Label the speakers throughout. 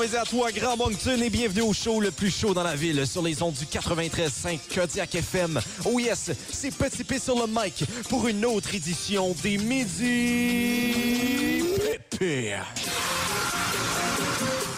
Speaker 1: plaisir à toi, Grand Moncton, et bienvenue au show le plus chaud dans la ville sur les ondes du 93.5 Kodiak FM. Oh yes, c'est Petit P sur le mic pour une autre édition des Midi Pépé.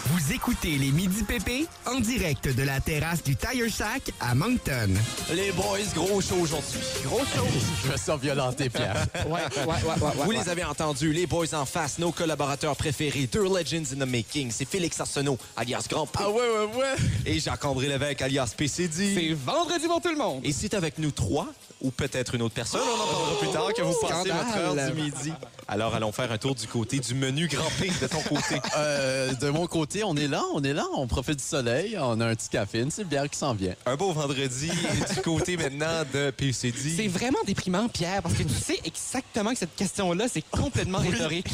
Speaker 2: Vous écoutez les Midi PP en direct de la terrasse du Tire Shack à Moncton.
Speaker 1: Les boys, gros show aujourd'hui. Gros show.
Speaker 3: Je me sens violenté, Pierre.
Speaker 4: Ouais, ouais, ouais, ouais, ouais,
Speaker 1: Vous
Speaker 4: ouais.
Speaker 1: les avez entendus, les boys en face, nos collaborateurs préférés, deux legends in the making, c'est Félix Arsenault, alias Grand P,
Speaker 3: Ah ouais, ouais, ouais.
Speaker 1: et Jacques-André Lévesque, alias PCD.
Speaker 4: C'est vendredi pour tout le monde.
Speaker 1: Et c'est avec nous trois, ou peut-être une autre personne, on en parlera plus tard, que vous passez
Speaker 4: Oh, Scandale.
Speaker 1: votre heure du midi. Alors, allons faire un tour du côté du menu Grand P de ton côté.
Speaker 3: Euh, de mon côté, on est là, on est là, on profite du soleil, on a un petit café, une petite bière qui s'en vient.
Speaker 1: Un beau vendredi du côté maintenant de
Speaker 4: C'est
Speaker 1: PCD.
Speaker 4: vraiment déprimant, Pierre, parce que tu sais exactement que cette question-là, c'est complètement rhétorique.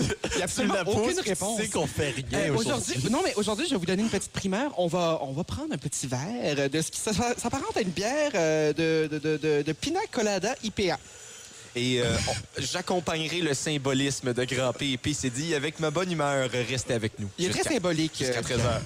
Speaker 4: Il n'y a absolument aucune réponse.
Speaker 3: C'est qu'on fait rien
Speaker 4: Euh,
Speaker 3: aujourd'hui.
Speaker 4: aujourd'hui, non, mais aujourd'hui, je vais vous donner une petite primaire. On va, on va prendre un petit verre de ce qui s'a- s'apparente à une bière euh, de, de, de, de, de Pina Colada IPA.
Speaker 1: Et euh, on- j'accompagnerai le symbolisme de Grand P et PCD avec ma bonne humeur. Restez avec nous.
Speaker 4: Il est très euh,
Speaker 1: Jusqu'à-
Speaker 4: symbolique.
Speaker 1: Jusqu'à 13h.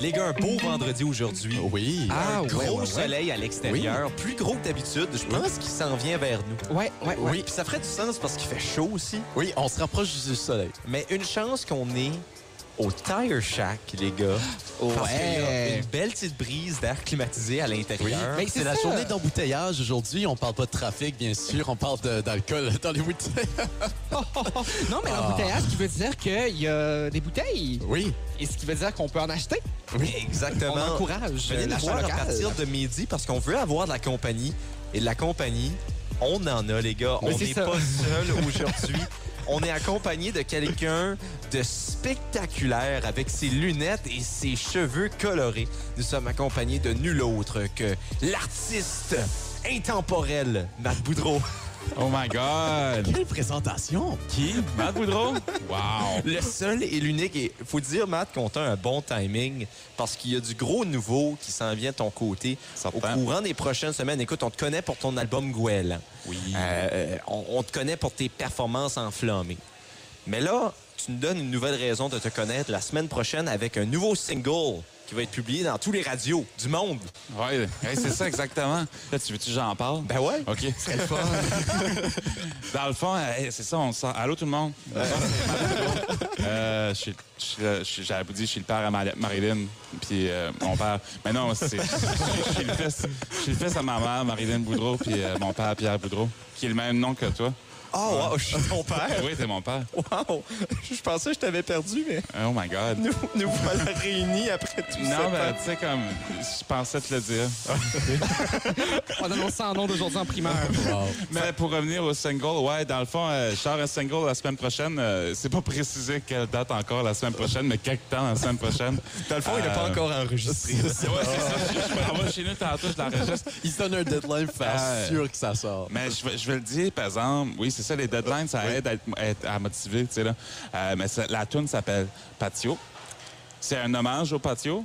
Speaker 1: Les gars, un beau vendredi aujourd'hui.
Speaker 3: Oui.
Speaker 4: Ah,
Speaker 1: un
Speaker 4: ouais,
Speaker 1: gros
Speaker 4: ouais, ouais.
Speaker 1: soleil à l'extérieur, plus gros que d'habitude. Je pense qu'il s'en vient vers nous.
Speaker 4: Ouais, ouais, ouais.
Speaker 1: Oui, puis ça ferait du sens parce qu'il fait chaud aussi.
Speaker 3: Oui, on se rapproche du soleil.
Speaker 1: Mais une chance qu'on est au Tire Shack, les gars. Parce qu'il y a
Speaker 4: Oh, Ouais.
Speaker 1: une belle petite brise d'air climatisé à l'intérieur.
Speaker 4: Mais
Speaker 3: C'est
Speaker 4: c'est
Speaker 3: la
Speaker 4: ça.
Speaker 3: journée d'embouteillage aujourd'hui. On parle pas de trafic, bien sûr. On parle de- d'alcool dans les bouteilles.
Speaker 4: Non, mais
Speaker 1: Ah.
Speaker 4: l'embouteillage qui veut dire qu'il y a des bouteilles.
Speaker 3: Oui.
Speaker 4: Et ce qui veut dire qu'on peut en acheter.
Speaker 1: Exactement.
Speaker 4: On encourage
Speaker 1: Venez
Speaker 4: euh,
Speaker 1: nous
Speaker 4: l'achat
Speaker 1: voir à
Speaker 4: local.
Speaker 1: partir de midi parce qu'on veut avoir de la compagnie. Et de la compagnie, on en a, les gars.
Speaker 4: Mais
Speaker 1: on
Speaker 4: c'est
Speaker 1: n'est
Speaker 4: ça.
Speaker 1: pas seul aujourd'hui. On est accompagné de quelqu'un de spectaculaire avec ses lunettes et ses cheveux colorés. Nous sommes accompagnés de nul autre que l'artiste intemporel, Matt Boudreau.
Speaker 5: Oh my God!
Speaker 3: Quelle présentation.
Speaker 5: Qui? Matt Boudreau? Wow!
Speaker 1: Le seul et l'unique. Et faut dire, Matt, qu'on a un bon timing parce qu'il y a du gros nouveau qui s'en vient de ton côté au
Speaker 5: Certain.
Speaker 1: courant des prochaines semaines. Écoute, on te connaît pour ton album Gouel.
Speaker 5: Oui.
Speaker 1: Euh, euh, on, on te connaît pour tes performances enflammées. Mais là, tu nous donnes une nouvelle raison de te connaître la semaine prochaine avec un nouveau single qui va être publié dans tous les radios du monde.
Speaker 5: Ouais, ouais, c'est ça exactement. Là, tu veux-tu que j'en parle?
Speaker 1: Ben ouais.
Speaker 5: OK. Dans le fond, hey, c'est ça, on sent. Allô tout le monde? Euh, je suis- je suis le- je suis- J'avais pas dit, je suis le père à Mar- Marilyn, puis euh, mon père. Mais non, c'est. Je suis- je suis le fils- je suis le fils à ma mère, Marilyn Boudreau, puis euh, mon père, Pierre Boudreau, qui est le même nom que toi.
Speaker 1: Oh, wow, je suis ton père.
Speaker 5: Oui, t'es mon père.
Speaker 1: Wow. Je pensais que je t'avais perdu, mais
Speaker 5: Oh my God.
Speaker 1: nous, nous voilà réunis après tout
Speaker 5: Non, ben, tu sais, comme, je pensais te le dire.
Speaker 4: On annonce ça en nom d'aujourd'hui en primeur.
Speaker 5: Mais pour revenir au single, ouais, dans le fond, euh, je sors un single la semaine prochaine. Euh, c'est pas précisé quelle date encore la semaine prochaine, mais quelque temps la semaine prochaine.
Speaker 1: Dans le fond, il n'a pas
Speaker 5: Euh,
Speaker 1: encore enregistré.
Speaker 5: Ouais, c'est ça. Je- Je me renvoie chez nous tantôt, je l'enregistre.
Speaker 3: Ils se donnent un deadline pour faire
Speaker 5: Ah, ouais.
Speaker 3: sûr que ça sort.
Speaker 5: Mais je vais, je vais le dire, par exemple, oui, c'est ça, les deadlines, ça aide à, être, à être- à motiver, tu sais, là. Euh, mais ça- la tune s'appelle Patio. C'est un hommage au patio.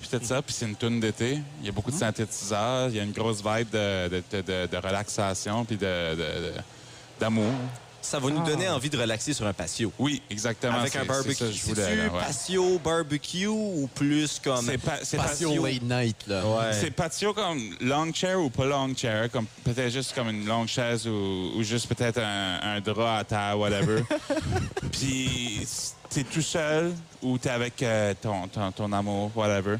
Speaker 5: Puis tout ça, puis c'est une tune d'été. Il y a beaucoup de synthétiseurs, il y a une grosse vibe de, de- de- de- de relaxation, puis de- de- de- d'amour.
Speaker 1: Ça va nous donner envie de relaxer sur un patio.
Speaker 5: Oui, exactement.
Speaker 1: Avec
Speaker 5: Ah. c'est-
Speaker 1: un barbecue.
Speaker 5: C'est ça, que je
Speaker 1: C'est-tu
Speaker 5: voulais, là, ouais.
Speaker 1: patio, barbecue ou plus comme...
Speaker 5: C'est pa- c'est
Speaker 3: Passion
Speaker 5: patio.
Speaker 3: late night, là.
Speaker 1: Ouais.
Speaker 5: C'est patio comme long chair ou pas long chair, comme peut-être juste comme une longue chaise ou, ou juste peut-être un, un drap à terre, whatever. Puis t'es tout seul ou t'es avec euh, ton, ton, ton amour, whatever.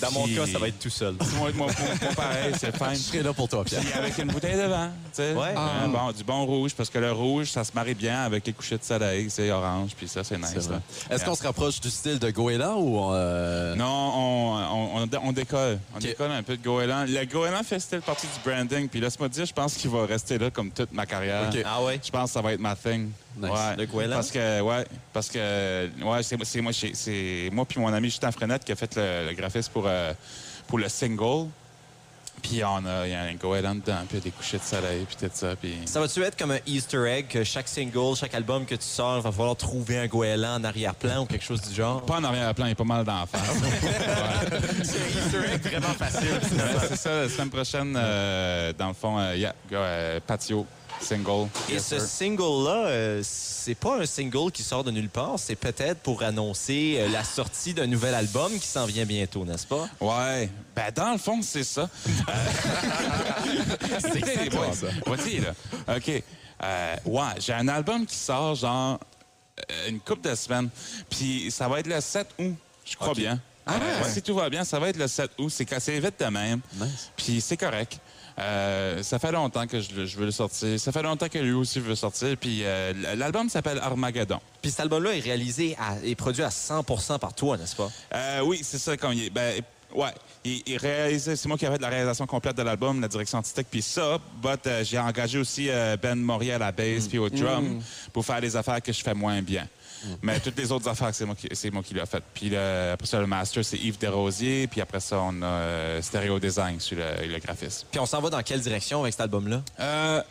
Speaker 1: Dans mon
Speaker 5: Puis-
Speaker 1: cas, ça va être tout seul.
Speaker 5: Moi, moi, moi, moi, pareil, c'est
Speaker 3: Je
Speaker 5: fine.
Speaker 3: serai là pour toi, Pierre.
Speaker 5: Puis avec une bouteille de vin, tu sais.
Speaker 1: Ouais.
Speaker 5: Un
Speaker 4: Ah.
Speaker 5: bon, du bon rouge, parce que le rouge, ça se marie bien avec les couchers de soleil, c'est orange, puis ça, c'est nice.
Speaker 3: C'est vrai.
Speaker 5: là.
Speaker 3: Est-ce qu'on se rapproche du style de Goéland ou... euh,
Speaker 5: Non, on, on- on- on décolle. On
Speaker 3: Ok.
Speaker 5: décolle un peu de Goéland. Le Goéland fait style partie du branding. Puis laisse-moi dire, je pense qu'il va rester là comme toute ma carrière.
Speaker 3: Ok.
Speaker 1: Ah ouais?
Speaker 5: Je pense que ça va être ma thing.
Speaker 3: Nice.
Speaker 5: Ouais.
Speaker 1: Le Goéland?
Speaker 5: Parce que, ouais, parce que, ouais, c'est c'est moi, c'est- c'est moi puis mon ami Justin Frenette qui a fait le, le graphisme pour, euh, pour le single. Puis on a, il y a un Goéland dedans, puis des couchers de soleil, puis tout ça. Puis...
Speaker 1: Ça va-tu être comme un Easter egg que chaque single, chaque album que tu sors, il va falloir trouver un goéland en arrière-plan ou quelque chose du genre?
Speaker 5: Pas en arrière-plan, il y a pas mal d'en faire.
Speaker 1: C'est un Easter egg vraiment facile.
Speaker 5: Ouais, c'est ça, la semaine prochaine, euh, dans le fond, euh, yeah, go- euh, patio. Single.
Speaker 1: Et
Speaker 5: Yes,
Speaker 1: ce
Speaker 5: sir.
Speaker 1: single-là, euh, c'est pas un single qui sort de nulle part, c'est peut-être pour annoncer euh, la sortie d'un nouvel album qui s'en vient bientôt, n'est-ce pas?
Speaker 5: Ouais. Ben, dans le fond, c'est ça. Euh, c'est bon, ça. Vas-y, là. OK. Euh, ouais, j'ai un album qui sort, genre, euh, une couple de semaines. Puis ça va être le 7 août, je crois bien. Euh, Si tout va bien, ça va être le 7 août. C'est assez vite de même.
Speaker 3: Nice.
Speaker 5: Puis c'est correct. Euh, ça fait longtemps que je, le- je veux le sortir. Ça fait longtemps que lui aussi veut sortir. Puis euh, l'album s'appelle Armageddon.
Speaker 1: Puis cet album-là est réalisé à- et produit à 100 par toi, n'est-ce pas?
Speaker 5: Euh, oui, c'est ça. Comme il, est- ben, ouais, il, il réalise- c'est moi qui avais de la réalisation complète de l'album, la direction artistique, puis ça. But euh, j'ai engagé aussi euh, Ben Morier à la bass puis au drum pour faire des affaires que je fais moins bien. Mais toutes les autres affaires, c'est moi qui, c'est moi qui l'ai fait. Puis le- après ça, le master, c'est Yves Desrosiers. Puis après ça, on a euh, Stereo Design sur le, le graphisme.
Speaker 1: Puis on s'en va dans quelle direction avec cet album-là?
Speaker 5: Euh,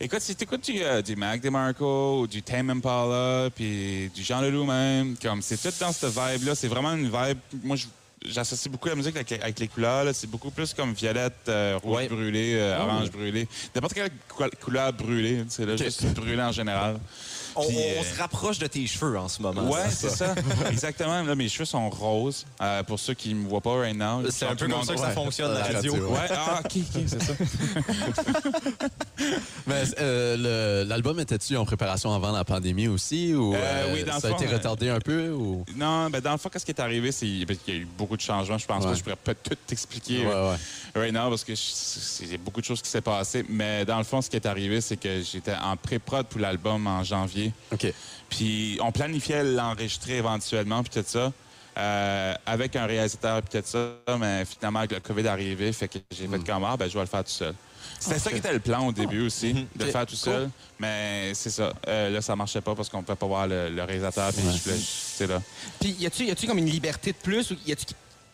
Speaker 5: écoute, si t'écoutes du, euh, du Mac DeMarco ou du Tame Impala, puis du Jean Leloup même, comme c'est tout dans cette vibe-là. C'est vraiment une vibe... Moi, je- j'associe beaucoup la musique avec, avec les couleurs. là. C'est beaucoup plus comme violette, euh, rouge
Speaker 1: Ouais. Ah
Speaker 5: brûlé, euh, orange brûlé. N'importe quelle cou- couleur brûlée. C'est là, juste brûlé en général.
Speaker 1: On,
Speaker 5: Puis,
Speaker 1: on
Speaker 5: euh,
Speaker 1: se rapproche de tes cheveux en ce moment.
Speaker 5: Ouais, c'est ça. Exactement. Là, mes cheveux sont roses. Euh, pour ceux qui me voient pas right now.
Speaker 1: C'est un peu comme ça que ça
Speaker 5: Ouais.
Speaker 1: fonctionne, la
Speaker 3: La
Speaker 1: radio.
Speaker 3: radio.
Speaker 5: Ouais, ah, ok, ok, c'est ça.
Speaker 3: Mais euh, le- l'album était-tu en préparation avant la pandémie aussi ou
Speaker 5: Euh, oui, dans le
Speaker 3: ça a
Speaker 5: fond,
Speaker 3: été
Speaker 5: euh,
Speaker 3: retardé un peu ou
Speaker 5: Non, ben dans le fond, qu'est-ce qui est arrivé, c'est parce qu'il y a eu beaucoup de changements. Je pense
Speaker 3: Ouais.
Speaker 5: que je pourrais pas tout t'expliquer
Speaker 3: Ouais,
Speaker 5: euh,
Speaker 3: ouais.
Speaker 5: right now parce que je- il y a beaucoup de choses qui s'est passé. Mais dans le fond, ce qui est arrivé, c'est que j'étais en pré-prod pour l'album en janvier.
Speaker 3: Ok.
Speaker 5: Puis on planifiait l'enregistrer éventuellement, puis tout ça. euh, avec un réalisateur, puis tout ça. Mais finalement, avec le COVID arrivé, fait que j'ai
Speaker 3: Hmm.
Speaker 5: fait comme ah, ben je vais le faire tout seul. C'était ça qui était le plan
Speaker 3: Ah.
Speaker 5: au début aussi,
Speaker 3: Mhm.
Speaker 5: de le faire tout seul. Mais c'est ça. Euh, là, ça marchait pas parce qu'on pouvait pas voir le, le réalisateur. Puis je voulais- c'est là.
Speaker 4: Puis y a-tu y a-tu comme une liberté de plus ou y a-tu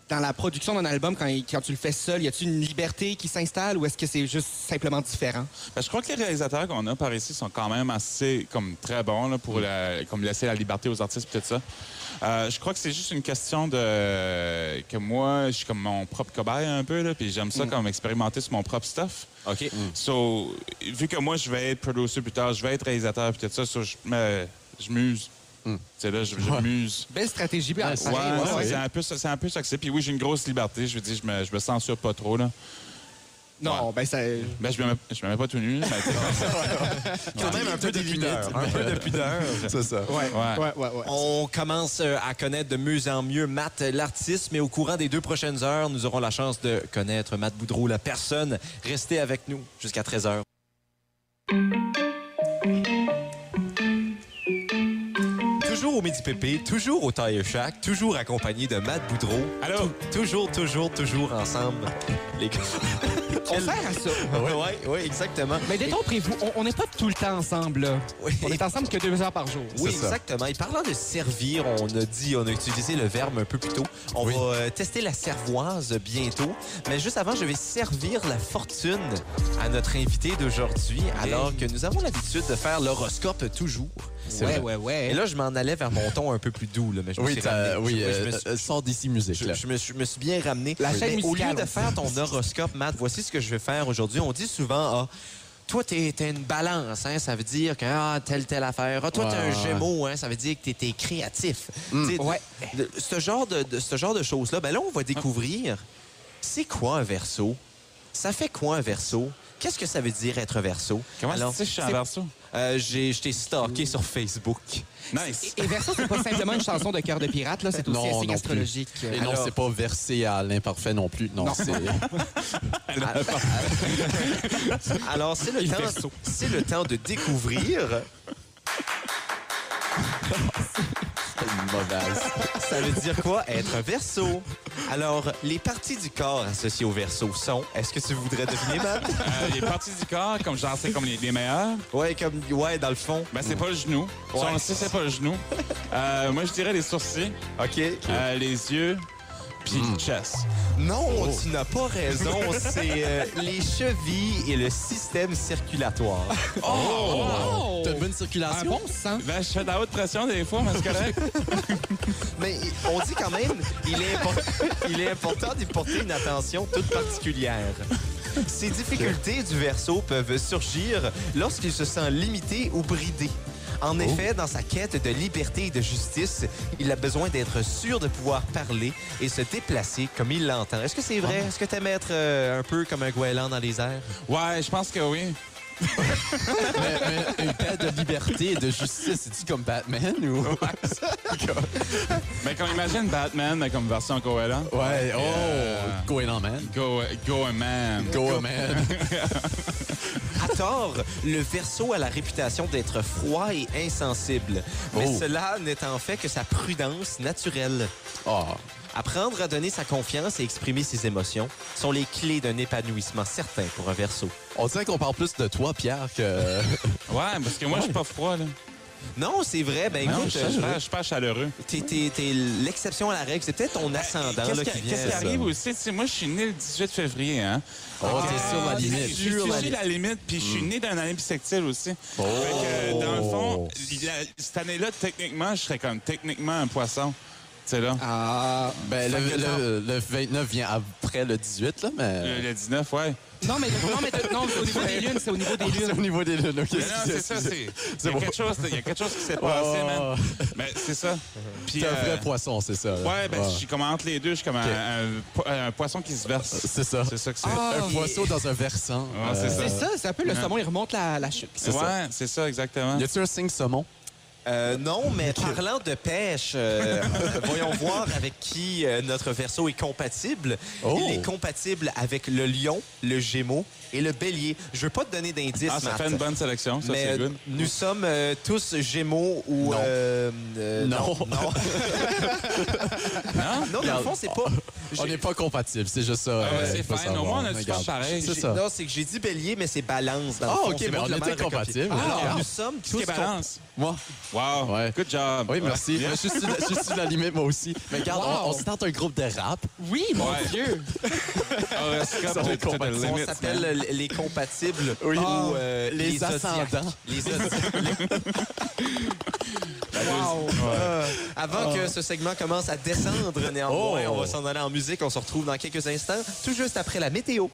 Speaker 4: dans la production d'un album quand, il- quand tu le fais seul, y a-tu une liberté qui s'installe ou est-ce que c'est juste simplement différent
Speaker 5: Ben, je crois que les réalisateurs qu'on a par ici sont quand même assez comme très bons là, pour la- comme laisser la liberté aux artistes peut tout ça. Euh, je crois que c'est juste une question de que moi je suis comme mon propre cobaye un peu là, puis j'aime ça comme expérimenter sur mon propre stuff.
Speaker 1: OK.
Speaker 5: So, vu que moi, je vais être producer plus tard, je vais être réalisateur, puis tout ça, so, je me- je muse. C'est là, je, je muse.
Speaker 4: Belle stratégie. puis
Speaker 5: Ouais,
Speaker 4: pareil, ouais,
Speaker 5: non,
Speaker 4: ouais.
Speaker 5: c'est un peu ça, c'est un peu ça que c'est. Puis oui, j'ai une grosse liberté. Je veux dire, je me, je me censure pas trop là.
Speaker 4: Non, ben ça.
Speaker 5: Ben, je me, mets- je me mets pas tout nu. là, mais-
Speaker 1: Quand même un peu de pudeur. Un peu de pudeur.
Speaker 3: C'est ça.
Speaker 4: Ouais,
Speaker 5: Ouais.
Speaker 4: ouais, ouais, ouais.
Speaker 1: On commence euh, à connaître de mieux en mieux Matt, euh, l'artiste, mais au courant des deux prochaines heures, nous aurons la chance de connaître Matt Boudreau, la personne. Restez avec nous jusqu'à 13h. Toujours au Midi Pépé, toujours au Tire Shack, toujours accompagné de Matt Boudreau.
Speaker 5: Allô?
Speaker 1: Tou- Toujours, toujours, toujours ensemble, les gars.
Speaker 4: On sert à ça.
Speaker 3: Ah
Speaker 1: Oui, oui, oui, exactement.
Speaker 4: Mais détendez-vous, on- on n'est pas tout le temps ensemble. là.
Speaker 1: Oui.
Speaker 4: On est ensemble que deux heures par jour.
Speaker 1: Oui,
Speaker 3: C'est ça.
Speaker 1: exactement. Et parlant de servir, on a dit, on a utilisé le verbe un peu plus tôt. On va euh, tester la servoise bientôt. Mais juste avant, je vais servir la fortune à notre invité d'aujourd'hui, alors que nous avons l'habitude de faire l'horoscope toujours.
Speaker 4: Ouais, ouais, ouais.
Speaker 1: Et là, je m'en allais vers mon ton un peu plus doux, là, mais je me
Speaker 3: Oui,
Speaker 1: suis
Speaker 3: t'as-
Speaker 1: ramené.
Speaker 3: oui,
Speaker 1: Je- je
Speaker 3: euh,
Speaker 1: me suis-
Speaker 3: euh, sors d'ici musique.
Speaker 1: je,
Speaker 3: là.
Speaker 1: je me, suis- je me suis bien ramené.
Speaker 4: La chaîne
Speaker 1: Mais au lieu
Speaker 4: musicale.
Speaker 1: de faire ton horoscope, Matt, voici ce que je vais faire aujourd'hui. On dit souvent, ah, toi, t'es t'es une balance, hein, ça veut dire que ah, telle, telle affaire. Ah, toi, t'es un
Speaker 3: Ouais.
Speaker 1: gémeau, hein, ça veut dire que t'es- t'es créatif. Tu sais,
Speaker 4: Ouais.
Speaker 1: de- ce genre de, de- ce genre de choses-là, ben là, on va découvrir c'est quoi un verso? Ça fait quoi un verso? Qu'est-ce que ça veut dire être verso? euh,
Speaker 5: Comment tu sais que je suis un verso?
Speaker 1: j'ai Je t'ai stalké sur Facebook.
Speaker 5: Nice.
Speaker 4: Et, et Verso, c'est pas simplement une chanson de cœur de pirate, là, c'est aussi un
Speaker 3: Non,
Speaker 4: signe
Speaker 3: non
Speaker 4: astrologique.
Speaker 3: plus. Et
Speaker 4: Alors,
Speaker 3: non, c'est pas versé à l'imparfait non plus. Non, c'est
Speaker 1: Alors, c'est le, temps, c'est le temps de découvrir
Speaker 3: une mauvaise.
Speaker 1: Ça veut dire quoi être un verso? Alors, les parties du corps associées au verso sont. Est-ce que tu voudrais deviner, Matt?
Speaker 5: Euh, les parties du corps, comme j'en sais comme les, les meilleures,
Speaker 1: Ouais, comme. Ouais, dans le fond.
Speaker 5: ben c'est pas le genou. Si on le sait, c'est pas le genou. Euh, moi, je dirais les sourcils,
Speaker 1: OK.
Speaker 5: euh, les yeux, puis le chest.
Speaker 1: Non, tu n'as pas raison. C'est euh, les chevilles et le système circulatoire.
Speaker 4: Oh!
Speaker 3: T'as une bonne
Speaker 4: Un
Speaker 3: circulation?
Speaker 4: bon sang.
Speaker 5: Ben, je fais de la haute pression des fois, mais c'est correct.
Speaker 1: Mais on dit quand même, il est, impor- il est important d'y porter une attention toute particulière. Ces difficultés du verso peuvent surgir lorsqu'il se sent limité ou bridé. En effet, dans sa quête de liberté et de justice, il a besoin d'être sûr de pouvoir parler et se déplacer comme il l'entend. Est-ce que c'est vrai? Est-ce que t'aimes être euh, un peu comme un goéland dans les airs?
Speaker 5: Ouais, je pense que oui.
Speaker 3: Mais, mais une quête de liberté et de justice, c'est-tu comme Batman ou.
Speaker 5: Mais Ben, comme imagine Batman, mais comme version Coelho.
Speaker 3: Ouais, oh!
Speaker 5: Euh,
Speaker 3: Goéland Man.
Speaker 5: Go, go a man.
Speaker 3: Go Man.
Speaker 1: À tort, le verso a la réputation d'être froid et insensible. Mais
Speaker 3: Oh.
Speaker 1: cela n'est en fait que sa prudence naturelle.
Speaker 3: Oh.
Speaker 1: Apprendre à donner sa confiance et exprimer ses émotions sont les clés d'un épanouissement certain pour un verso.
Speaker 3: On dirait qu'on parle plus de toi, Pierre, que.
Speaker 5: Ouais, parce que moi, je suis pas froid, là.
Speaker 1: Non, c'est vrai. Ben
Speaker 5: non,
Speaker 1: écoute,
Speaker 5: je suis pas- je suis pas chaleureux.
Speaker 1: t'es, t'es- t'es l'exception à la règle. C'est peut-être ton ascendant
Speaker 5: Ben, Qu'est-ce
Speaker 1: là,
Speaker 5: qui,
Speaker 1: qui vient.
Speaker 5: qu'est-ce qui arrive aussi? tu sais, moi, je suis né le 18 février. Hein?
Speaker 3: Oh, t'es sur la
Speaker 5: Je
Speaker 3: limite. Hmm. Oh.
Speaker 5: suis sur la limite, puis je suis né d'un année bissextile aussi. Fait que, dans le fond, la- cette année-là, techniquement, je serais comme techniquement un poisson. Tu sais, là.
Speaker 4: Ah.
Speaker 3: Ben, le, le- le 29 vient après le 18, là,
Speaker 5: Le,
Speaker 3: mais.
Speaker 5: le 19, ouais.
Speaker 4: Non, mais, non, mais non, au niveau des lunes, c'est au niveau des
Speaker 3: Ah, C'est
Speaker 4: lunes.
Speaker 3: au niveau des lunes. ok,
Speaker 5: Mais non, c'est ça,
Speaker 3: excusez.
Speaker 5: c'est. Il y,
Speaker 3: C'est
Speaker 5: a
Speaker 3: bon.
Speaker 5: quelque chose- il y a quelque chose qui s'est passé,
Speaker 3: Oh.
Speaker 5: man. Mais c'est ça. Puis,
Speaker 3: T'es un
Speaker 5: euh,
Speaker 3: vrai poisson, c'est ça. là.
Speaker 5: Ouais, ben, je suis comme entre les deux, je suis comme un- un, po- un poisson qui se verse.
Speaker 3: C'est ça. Ah.
Speaker 5: C'est ça que c'est.
Speaker 3: Un poisson dans un versant.
Speaker 5: Ah, c'est
Speaker 4: C'est ça, c'est un peu le
Speaker 5: Ouais.
Speaker 4: saumon, il remonte la, la chute.
Speaker 3: c'est ça.
Speaker 5: ouais, c'est ça, exactement.
Speaker 3: Y a-tu un signe saumon?
Speaker 1: Euh, non, mais parlant de pêche, euh, voyons voir avec qui euh, notre verso est compatible.
Speaker 3: Oh.
Speaker 1: Il est compatible avec le lion, le gémeau et le bélier. Je veux pas te donner d'indice,
Speaker 5: Ah, ça
Speaker 1: Matt,
Speaker 5: fait une bonne sélection, ça,
Speaker 1: mais
Speaker 5: c'est good.
Speaker 1: nous sommes euh, tous gémeaux ou...
Speaker 3: Non.
Speaker 1: euh, euh,
Speaker 3: Non. Hein?
Speaker 1: Non, non.
Speaker 5: Non?
Speaker 1: Non, dans le fond, c'est pas...
Speaker 3: On
Speaker 1: j'ai-
Speaker 3: n'est pas compatibles, c'est juste ça.
Speaker 5: Ah, ouais,
Speaker 3: euh,
Speaker 5: c'est
Speaker 3: faut
Speaker 5: fine. Au
Speaker 3: savoir.
Speaker 5: moins, on a du
Speaker 3: Regarde.
Speaker 5: fun pareil.
Speaker 3: C'est
Speaker 1: j'ai-
Speaker 3: ça.
Speaker 1: Non, c'est que j'ai dit bélier, mais c'est balance dans le
Speaker 3: Ah,
Speaker 1: fond.
Speaker 3: OK,
Speaker 1: C'est
Speaker 3: mais
Speaker 1: moi qui
Speaker 3: on
Speaker 1: l'ai mal
Speaker 3: était
Speaker 1: recopié.
Speaker 3: compatibles. Ah.
Speaker 1: Alors,
Speaker 3: regarde.
Speaker 1: nous sommes
Speaker 5: Qui
Speaker 1: tous...
Speaker 5: est balance?
Speaker 3: Moi?
Speaker 5: Wow.
Speaker 3: Ouais.
Speaker 5: Good job.
Speaker 3: Oui, merci.
Speaker 5: Yeah.
Speaker 3: Mais Je, suis, je suis sur la limite, moi aussi. Mais regarde,
Speaker 4: Wow.
Speaker 3: on, on se tente un groupe de rap.
Speaker 4: Oui, mon
Speaker 5: Ouais.
Speaker 4: Dieu!
Speaker 5: Horoscope
Speaker 3: Ça, on
Speaker 5: to-
Speaker 3: est
Speaker 5: to the
Speaker 3: compatibles.
Speaker 1: On
Speaker 5: limit,
Speaker 1: s'appelle euh,
Speaker 5: man.
Speaker 1: les- les compatibles
Speaker 3: Oui. Ah.
Speaker 1: ou euh,
Speaker 3: Les
Speaker 1: zodiaques.
Speaker 3: ascendants.
Speaker 1: Les zodiaques.
Speaker 4: Wow!
Speaker 1: Euh, avant que ce segment commence à descendre, néanmoins,
Speaker 3: Oh.
Speaker 1: on va s'en aller en musique. On se retrouve dans quelques instants, tout juste après la météo.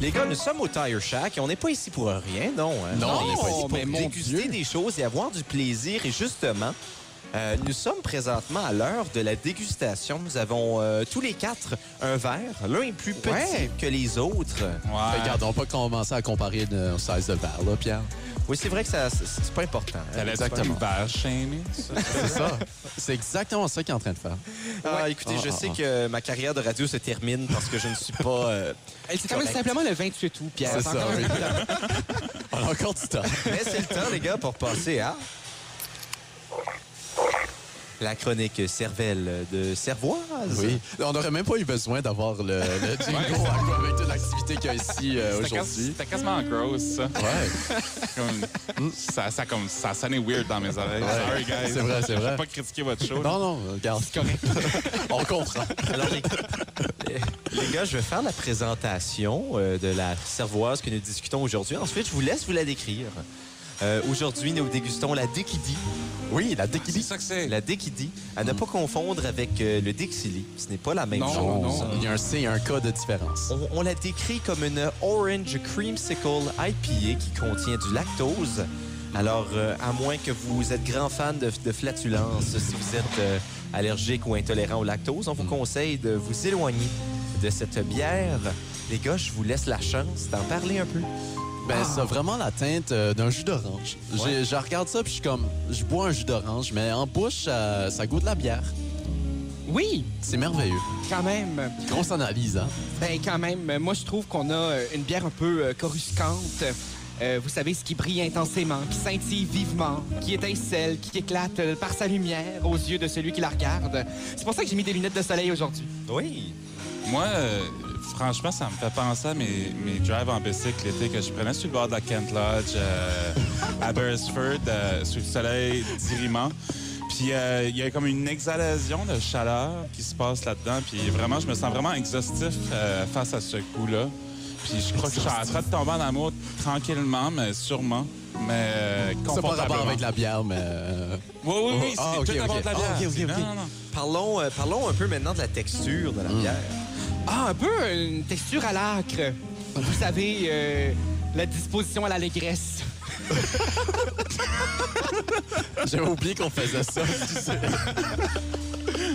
Speaker 1: Les gars, nous sommes au Tire Shack et on n'est pas ici pour rien, non. hein? on
Speaker 3: Non,
Speaker 1: est
Speaker 3: mais
Speaker 1: ici pour
Speaker 4: mon
Speaker 1: déguster des choses et avoir du plaisir. Et justement, euh, nous sommes présentement à l'heure de la dégustation. Nous avons euh, tous les quatre un verre. L'un est plus petit
Speaker 4: Ouais.
Speaker 1: que les autres.
Speaker 3: Fait que
Speaker 5: Ouais.
Speaker 3: regarde, on va pas commencer à comparer une size de verre, là, Pierre.
Speaker 1: Oui, c'est vrai que ça, c'est c'est pas important. hein.
Speaker 5: T'allais dire
Speaker 3: Exactement.
Speaker 5: que tu vas chaîner, ça?
Speaker 3: C'est ça. C'est exactement ça qu'il est en train de faire.
Speaker 1: Ah, écoutez, je
Speaker 3: Ah,
Speaker 1: sais
Speaker 3: ah,
Speaker 1: que ma carrière de radio se termine parce que je ne suis pas. euh,
Speaker 4: Elle, C'est quand même
Speaker 1: Correct.
Speaker 4: simplement le 28 août, Pierre.
Speaker 3: C'est
Speaker 4: C'est
Speaker 3: ça,
Speaker 4: encore
Speaker 3: oui.
Speaker 4: un peu tard.
Speaker 3: On a encore du temps.
Speaker 1: Mais c'est le temps, les gars, pour passer à. La chronique cervelle de Cervoise.
Speaker 3: Oui. On n'aurait même pas eu besoin d'avoir le, le jingle à quoi avec toute l'activité qu'il y a ici euh,
Speaker 5: C'était quas-
Speaker 3: aujourd'hui.
Speaker 5: C'était quasiment gross, ça.
Speaker 3: Ouais.
Speaker 5: Comme- ça, ça, comme, ça sonnait weird dans mes oreilles.
Speaker 3: Mm. Ouais.
Speaker 5: Sorry, guys.
Speaker 3: C'est vrai, c'est
Speaker 5: Je
Speaker 3: vrai.
Speaker 5: vais pas critiquer votre show.
Speaker 3: Non, non, regarde. on comprend.
Speaker 1: Alors, les, les gars, je vais faire la présentation euh, de la Cervoise que nous discutons aujourd'hui. Ensuite, je vous laisse vous la décrire. Euh, aujourd'hui, nous dégustons la Déquidie.
Speaker 3: Oui, la
Speaker 5: C'est
Speaker 3: déquilibre.
Speaker 5: ça que c'est.
Speaker 1: La Déquidie, à ne pas confondre avec euh, le Dixili. Ce n'est pas la même
Speaker 5: Non,
Speaker 1: chose.
Speaker 5: non.
Speaker 3: Il y a un C et un K de différence.
Speaker 1: On, on la décrit comme une Orange Creamsicle IPA qui contient du lactose. Alors, euh, à moins que vous êtes grand fan de, de flatulence, si vous êtes euh, allergique ou intolérant au lactose, on vous conseille de vous éloigner de cette bière. Les gars, je vous laisse la chance d'en parler un peu.
Speaker 3: Ben, ça a vraiment la teinte euh, d'un jus d'orange. J'ai-
Speaker 1: Ouais.
Speaker 3: Je regarde ça, puis je suis comme, je bois un jus d'orange, mais en bouche, ça, ça goûte la bière.
Speaker 4: Oui,
Speaker 3: C'est merveilleux.
Speaker 4: quand même.
Speaker 3: Grosse analyse, hein?
Speaker 4: Ben quand même, moi je trouve qu'on a euh, une bière un peu euh, coruscante. Euh, vous savez, ce qui brille intensément, qui scintille vivement, qui étincelle, qui éclate euh, par sa lumière aux yeux de celui qui la regarde. C'est pour ça que j'ai mis des lunettes de soleil aujourd'hui.
Speaker 1: Oui.
Speaker 5: Moi, euh, franchement, ça me fait penser à mes, mes drives en bicycle l'été que je prenais sur le bord de la Kent Lodge euh, à Beresford, euh, sous le soleil d'Iriman. Puis euh, il y a comme une exhalation de chaleur qui se passe là-dedans. Puis vraiment, je me sens vraiment exhaustif euh, face à ce coup-là. Puis je crois que je suis en train de tomber en amour tranquillement, mais sûrement. mais euh,
Speaker 3: Ça n'a pas rapport
Speaker 5: confortablement.
Speaker 3: avec la bière, mais... euh,
Speaker 5: Oui, oui, oui, c'est
Speaker 3: Ah, ok,
Speaker 5: tout à
Speaker 3: ok.
Speaker 5: bord de la
Speaker 3: Ah,
Speaker 5: bière.
Speaker 3: ok, ok,
Speaker 5: C'est-
Speaker 3: ok.
Speaker 5: non, non, non.
Speaker 1: Parlons, euh, parlons un peu maintenant de la texture de la bière.
Speaker 4: Ah, un peu une texture à l'acre. Vous savez, euh, la disposition à l'allégresse.
Speaker 3: J'avais oublié qu'on faisait ça.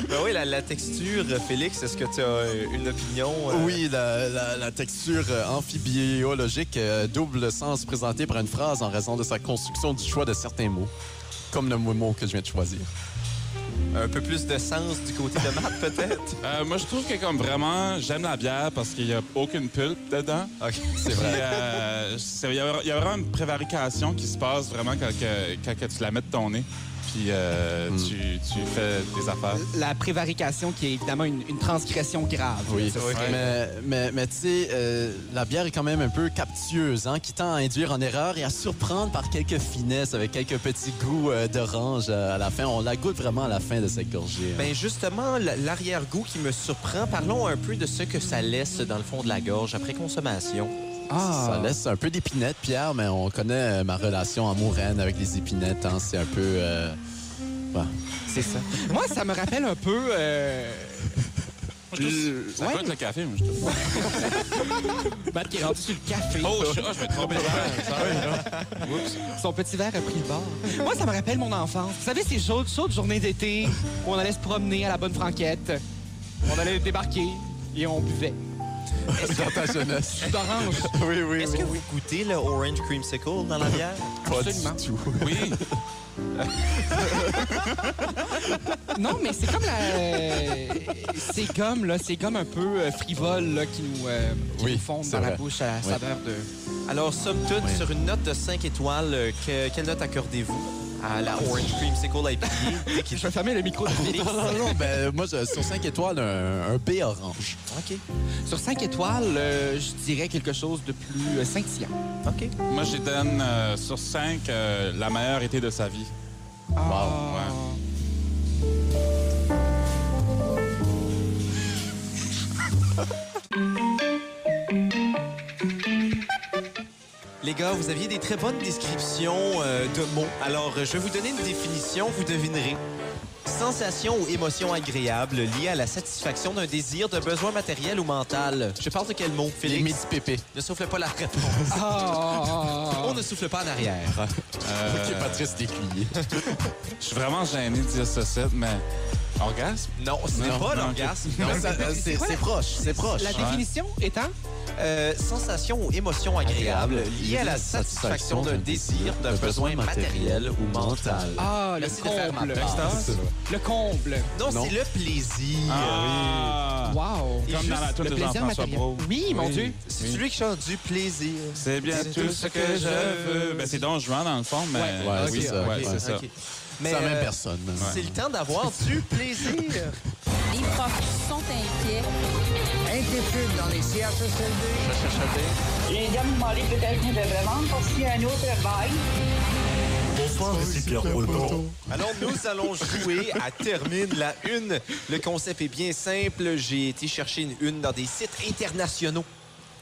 Speaker 1: Ben oui, la, la texture, euh, Félix, est-ce que tu as euh, une opinion? euh,
Speaker 3: Oui, la, la- la texture euh, amphibiologique euh, double sens présentée par une phrase en raison de sa construction du choix de certains mots, comme le mot que je viens de choisir.
Speaker 1: Un peu plus de sens du côté de Matt, peut-être?
Speaker 5: Euh, moi, je trouve que comme vraiment, j'aime la bière parce qu'il n'y a aucune pulpe dedans.
Speaker 1: OK.
Speaker 5: C'est vrai. euh, Il y, a- il y a vraiment une prévarication qui se passe vraiment quand, que, quand que tu la mets de ton nez. Puis euh, tu, tu fais des affaires.
Speaker 4: La prévarication qui est évidemment une, une transgression grave.
Speaker 3: Oui,
Speaker 1: c'est vrai.
Speaker 3: mais, mais, mais tu sais, euh, la bière est quand même un peu captieuse, hein, qui tend à induire en erreur et à surprendre par quelques finesses avec quelques petits goûts euh, d'orange euh, à la fin. On la goûte vraiment à la fin de cette gorgée. hein.
Speaker 1: Ben justement, l- l'arrière-goût qui me surprend, parlons un peu de ce que ça laisse dans le fond de la gorge après consommation.
Speaker 3: Ça laisse un peu d'épinette, Pierre, mais on connaît euh, ma relation amoureuse avec les épinettes. hein, C'est un peu... euh, ouais.
Speaker 4: c'est ça. Moi, ça me rappelle un peu. euh,
Speaker 5: Moi, je trouve- ça
Speaker 4: ouais.
Speaker 5: goûte le café, moi, je trouve.
Speaker 4: Matt qui est rendu sur le café.
Speaker 5: Oh, je, ah, je vais tromper
Speaker 4: Son petit verre a pris le bord. Moi, ça me rappelle mon enfance. Vous savez, ces chaudes, chaudes journées d'été où on allait se promener à la bonne franquette, on allait débarquer et on buvait.
Speaker 3: Dans ta jeunesse.
Speaker 4: Jus d'orange.
Speaker 3: Oui, oui,
Speaker 1: Est-ce que vous goûtez le orange creamsicle dans la bière?
Speaker 3: Pas du
Speaker 4: Absolument.
Speaker 3: tout.
Speaker 5: Oui.
Speaker 4: Non, mais c'est comme la. C'est gomme, là. C'est gomme un peu euh, frivole, là, qui nous, euh, qui
Speaker 3: Oui,
Speaker 4: nous fondent
Speaker 3: c'est
Speaker 4: dans la
Speaker 3: vrai.
Speaker 4: bouche à la
Speaker 3: Oui.
Speaker 4: saveur de.
Speaker 1: Alors, somme toute,
Speaker 3: Ouais.
Speaker 1: sur une note de 5 étoiles, euh, que- quelle note accordez-vous à la orange creamsicle IPA? Dès qu'il-
Speaker 4: Je vais fermer le micro de Félix.
Speaker 3: Non, non, non, ben, moi, je- sur 5 étoiles, un, un B orange.
Speaker 1: OK.
Speaker 4: Sur 5 étoiles, euh, je dirais quelque chose de plus euh, scintillant.
Speaker 1: OK.
Speaker 5: Moi, je donne euh, sur 5 la meilleure été de sa vie.
Speaker 4: Ah.
Speaker 1: Les gars, vous aviez des très bonnes descriptions euh, de mots. Alors, euh, je vais vous donner une définition, vous devinerez. Sensation ou émotion agréable liée à la satisfaction d'un désir, d'un besoin matériel ou mental. Je parle de quel mot,
Speaker 3: Les
Speaker 1: Félix?
Speaker 3: midi pépé.
Speaker 1: Ne souffle pas la réponse.
Speaker 4: Ah.
Speaker 1: On ne souffle pas en arrière.
Speaker 5: Euh,
Speaker 3: Ok, Patrice Lécuyer.
Speaker 5: Je suis vraiment gêné de dire ce set, mais orgasme?
Speaker 1: Non, ce n'est
Speaker 5: Non,
Speaker 1: pas
Speaker 5: non,
Speaker 1: l'orgasme.
Speaker 3: Mais
Speaker 1: Non.
Speaker 3: ça, euh,
Speaker 4: c'est
Speaker 3: C'est
Speaker 4: quoi
Speaker 3: c'est
Speaker 4: la-
Speaker 3: proche, c'est proche.
Speaker 4: La
Speaker 5: Ouais.
Speaker 4: définition étant
Speaker 1: Euh, sensation ou émotion agréable liée à la satisfaction d'un désir, d'un besoin matériel ou mental.
Speaker 4: Ah, le
Speaker 1: Merci de faire ma
Speaker 4: comble.
Speaker 1: part.
Speaker 4: Le comble.
Speaker 1: Non,
Speaker 3: Non.
Speaker 1: c'est le plaisir.
Speaker 5: Ah,
Speaker 4: Wow.
Speaker 5: Comme
Speaker 1: Juste
Speaker 5: dans la toune
Speaker 4: le
Speaker 5: de
Speaker 4: plaisir
Speaker 5: Jean-François
Speaker 4: matériel.
Speaker 5: Brault.
Speaker 4: Oui, mon Dieu.
Speaker 1: C'est celui qui chante du plaisir.
Speaker 5: C'est bien tout ce que je veux. Ben, c'est Don Juan, dans le fond, mais
Speaker 4: Ouais.
Speaker 3: Ouais,
Speaker 5: oui,
Speaker 3: c'est ça,
Speaker 5: ouais,
Speaker 3: ok,
Speaker 5: c'est ça.
Speaker 1: OK.
Speaker 3: C'est la même
Speaker 1: euh,
Speaker 3: personne.
Speaker 1: C'est le temps d'avoir du plaisir.
Speaker 6: Les profs sont inquiets.
Speaker 7: Inquiétude dans les CHSLD.
Speaker 8: Les gars me demandaient peut-être que je vais vraiment poursuivre un autre bail.
Speaker 9: Bonsoir, ici Pierre Breton.
Speaker 1: Alors, nous allons jouer à Termine la Une. Le concept est bien simple. J'ai été chercher une une dans des sites internationaux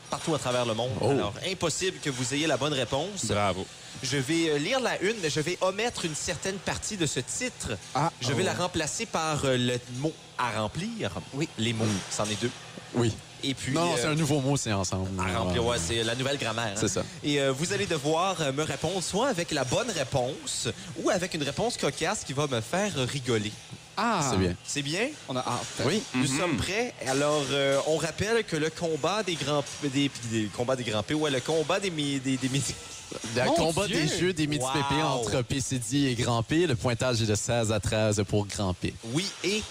Speaker 1: partout à travers le monde. Alors, impossible que vous ayez la bonne réponse.
Speaker 5: Bravo.
Speaker 1: Je vais euh, lire la une, mais je vais omettre une certaine partie de ce titre.
Speaker 4: Ah,
Speaker 1: je vais la remplacer par euh, le mot à remplir.
Speaker 4: Oui.
Speaker 1: Les mots, c'en est deux.
Speaker 3: Oui.
Speaker 1: Et puis,
Speaker 3: non,
Speaker 1: euh,
Speaker 3: c'est un nouveau mot, c'est ensemble.
Speaker 1: à remplir, ouais, c'est la nouvelle grammaire. hein.
Speaker 3: Ah. C'est ça.
Speaker 1: Et euh, vous allez devoir euh, me répondre soit avec la bonne réponse ou avec une réponse cocasse qui va me faire rigoler.
Speaker 4: Ah.
Speaker 3: C'est bien.
Speaker 1: C'est bien?
Speaker 4: On a ah, hâte.
Speaker 3: Oui.
Speaker 1: Nous sommes prêts. Alors, euh, on rappelle que le combat des grands... Des, des combats des grands P, ouais, le combat des... mi- des, des mi-
Speaker 3: Le
Speaker 4: Mon
Speaker 3: combat
Speaker 4: Dieu!
Speaker 3: des jeux des midi pépé
Speaker 1: Ah, Wow!
Speaker 3: entre PCD et Grand P. Le pointage est de 16 à 13 pour Grand P.
Speaker 1: Oui, et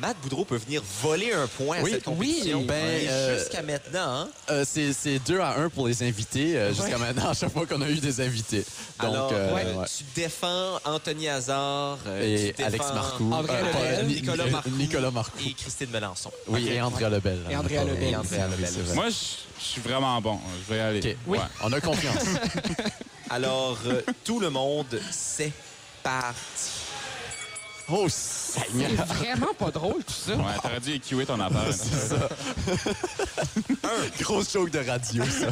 Speaker 1: Matt Boudreau peut venir voler un point
Speaker 3: Oui,
Speaker 1: à cette compétition.
Speaker 3: oui, ben,
Speaker 1: Et
Speaker 3: euh,
Speaker 1: Jusqu'à maintenant, hein?
Speaker 3: Euh, c'est c'est 2 à 1 pour les invités euh, jusqu'à maintenant, à chaque fois qu'on a eu des invités. Donc,
Speaker 1: Alors,
Speaker 3: euh,
Speaker 1: ouais,
Speaker 3: ouais.
Speaker 1: tu défends Anthony Hazard euh,
Speaker 3: Et
Speaker 1: tu défends
Speaker 3: Alex Marcoux.
Speaker 4: André
Speaker 3: euh,
Speaker 4: Lebel,
Speaker 3: pas- Ni-
Speaker 1: Nicolas
Speaker 3: Ni-
Speaker 1: Marcoux.
Speaker 3: Nicolas Marcoux.
Speaker 1: et Christine Melançon.
Speaker 3: Oui,
Speaker 1: Ok.
Speaker 3: et Andrea Lebel.
Speaker 4: Et Andrea Lebel.
Speaker 3: Et Andrea Lebel. c'est vrai.
Speaker 5: Moi, je je suis vraiment bon. Je vais y aller.
Speaker 3: OK.
Speaker 5: Ouais.
Speaker 3: On a confiance.
Speaker 1: Alors, euh, tout le monde, c'est parti.
Speaker 3: Oh, Seigneur!
Speaker 4: C'est vraiment pas drôle, tout ça.
Speaker 5: Ouais, t'aurais dû équiver ton affaire. un petit peu.
Speaker 3: Grosse joke de radio, ça.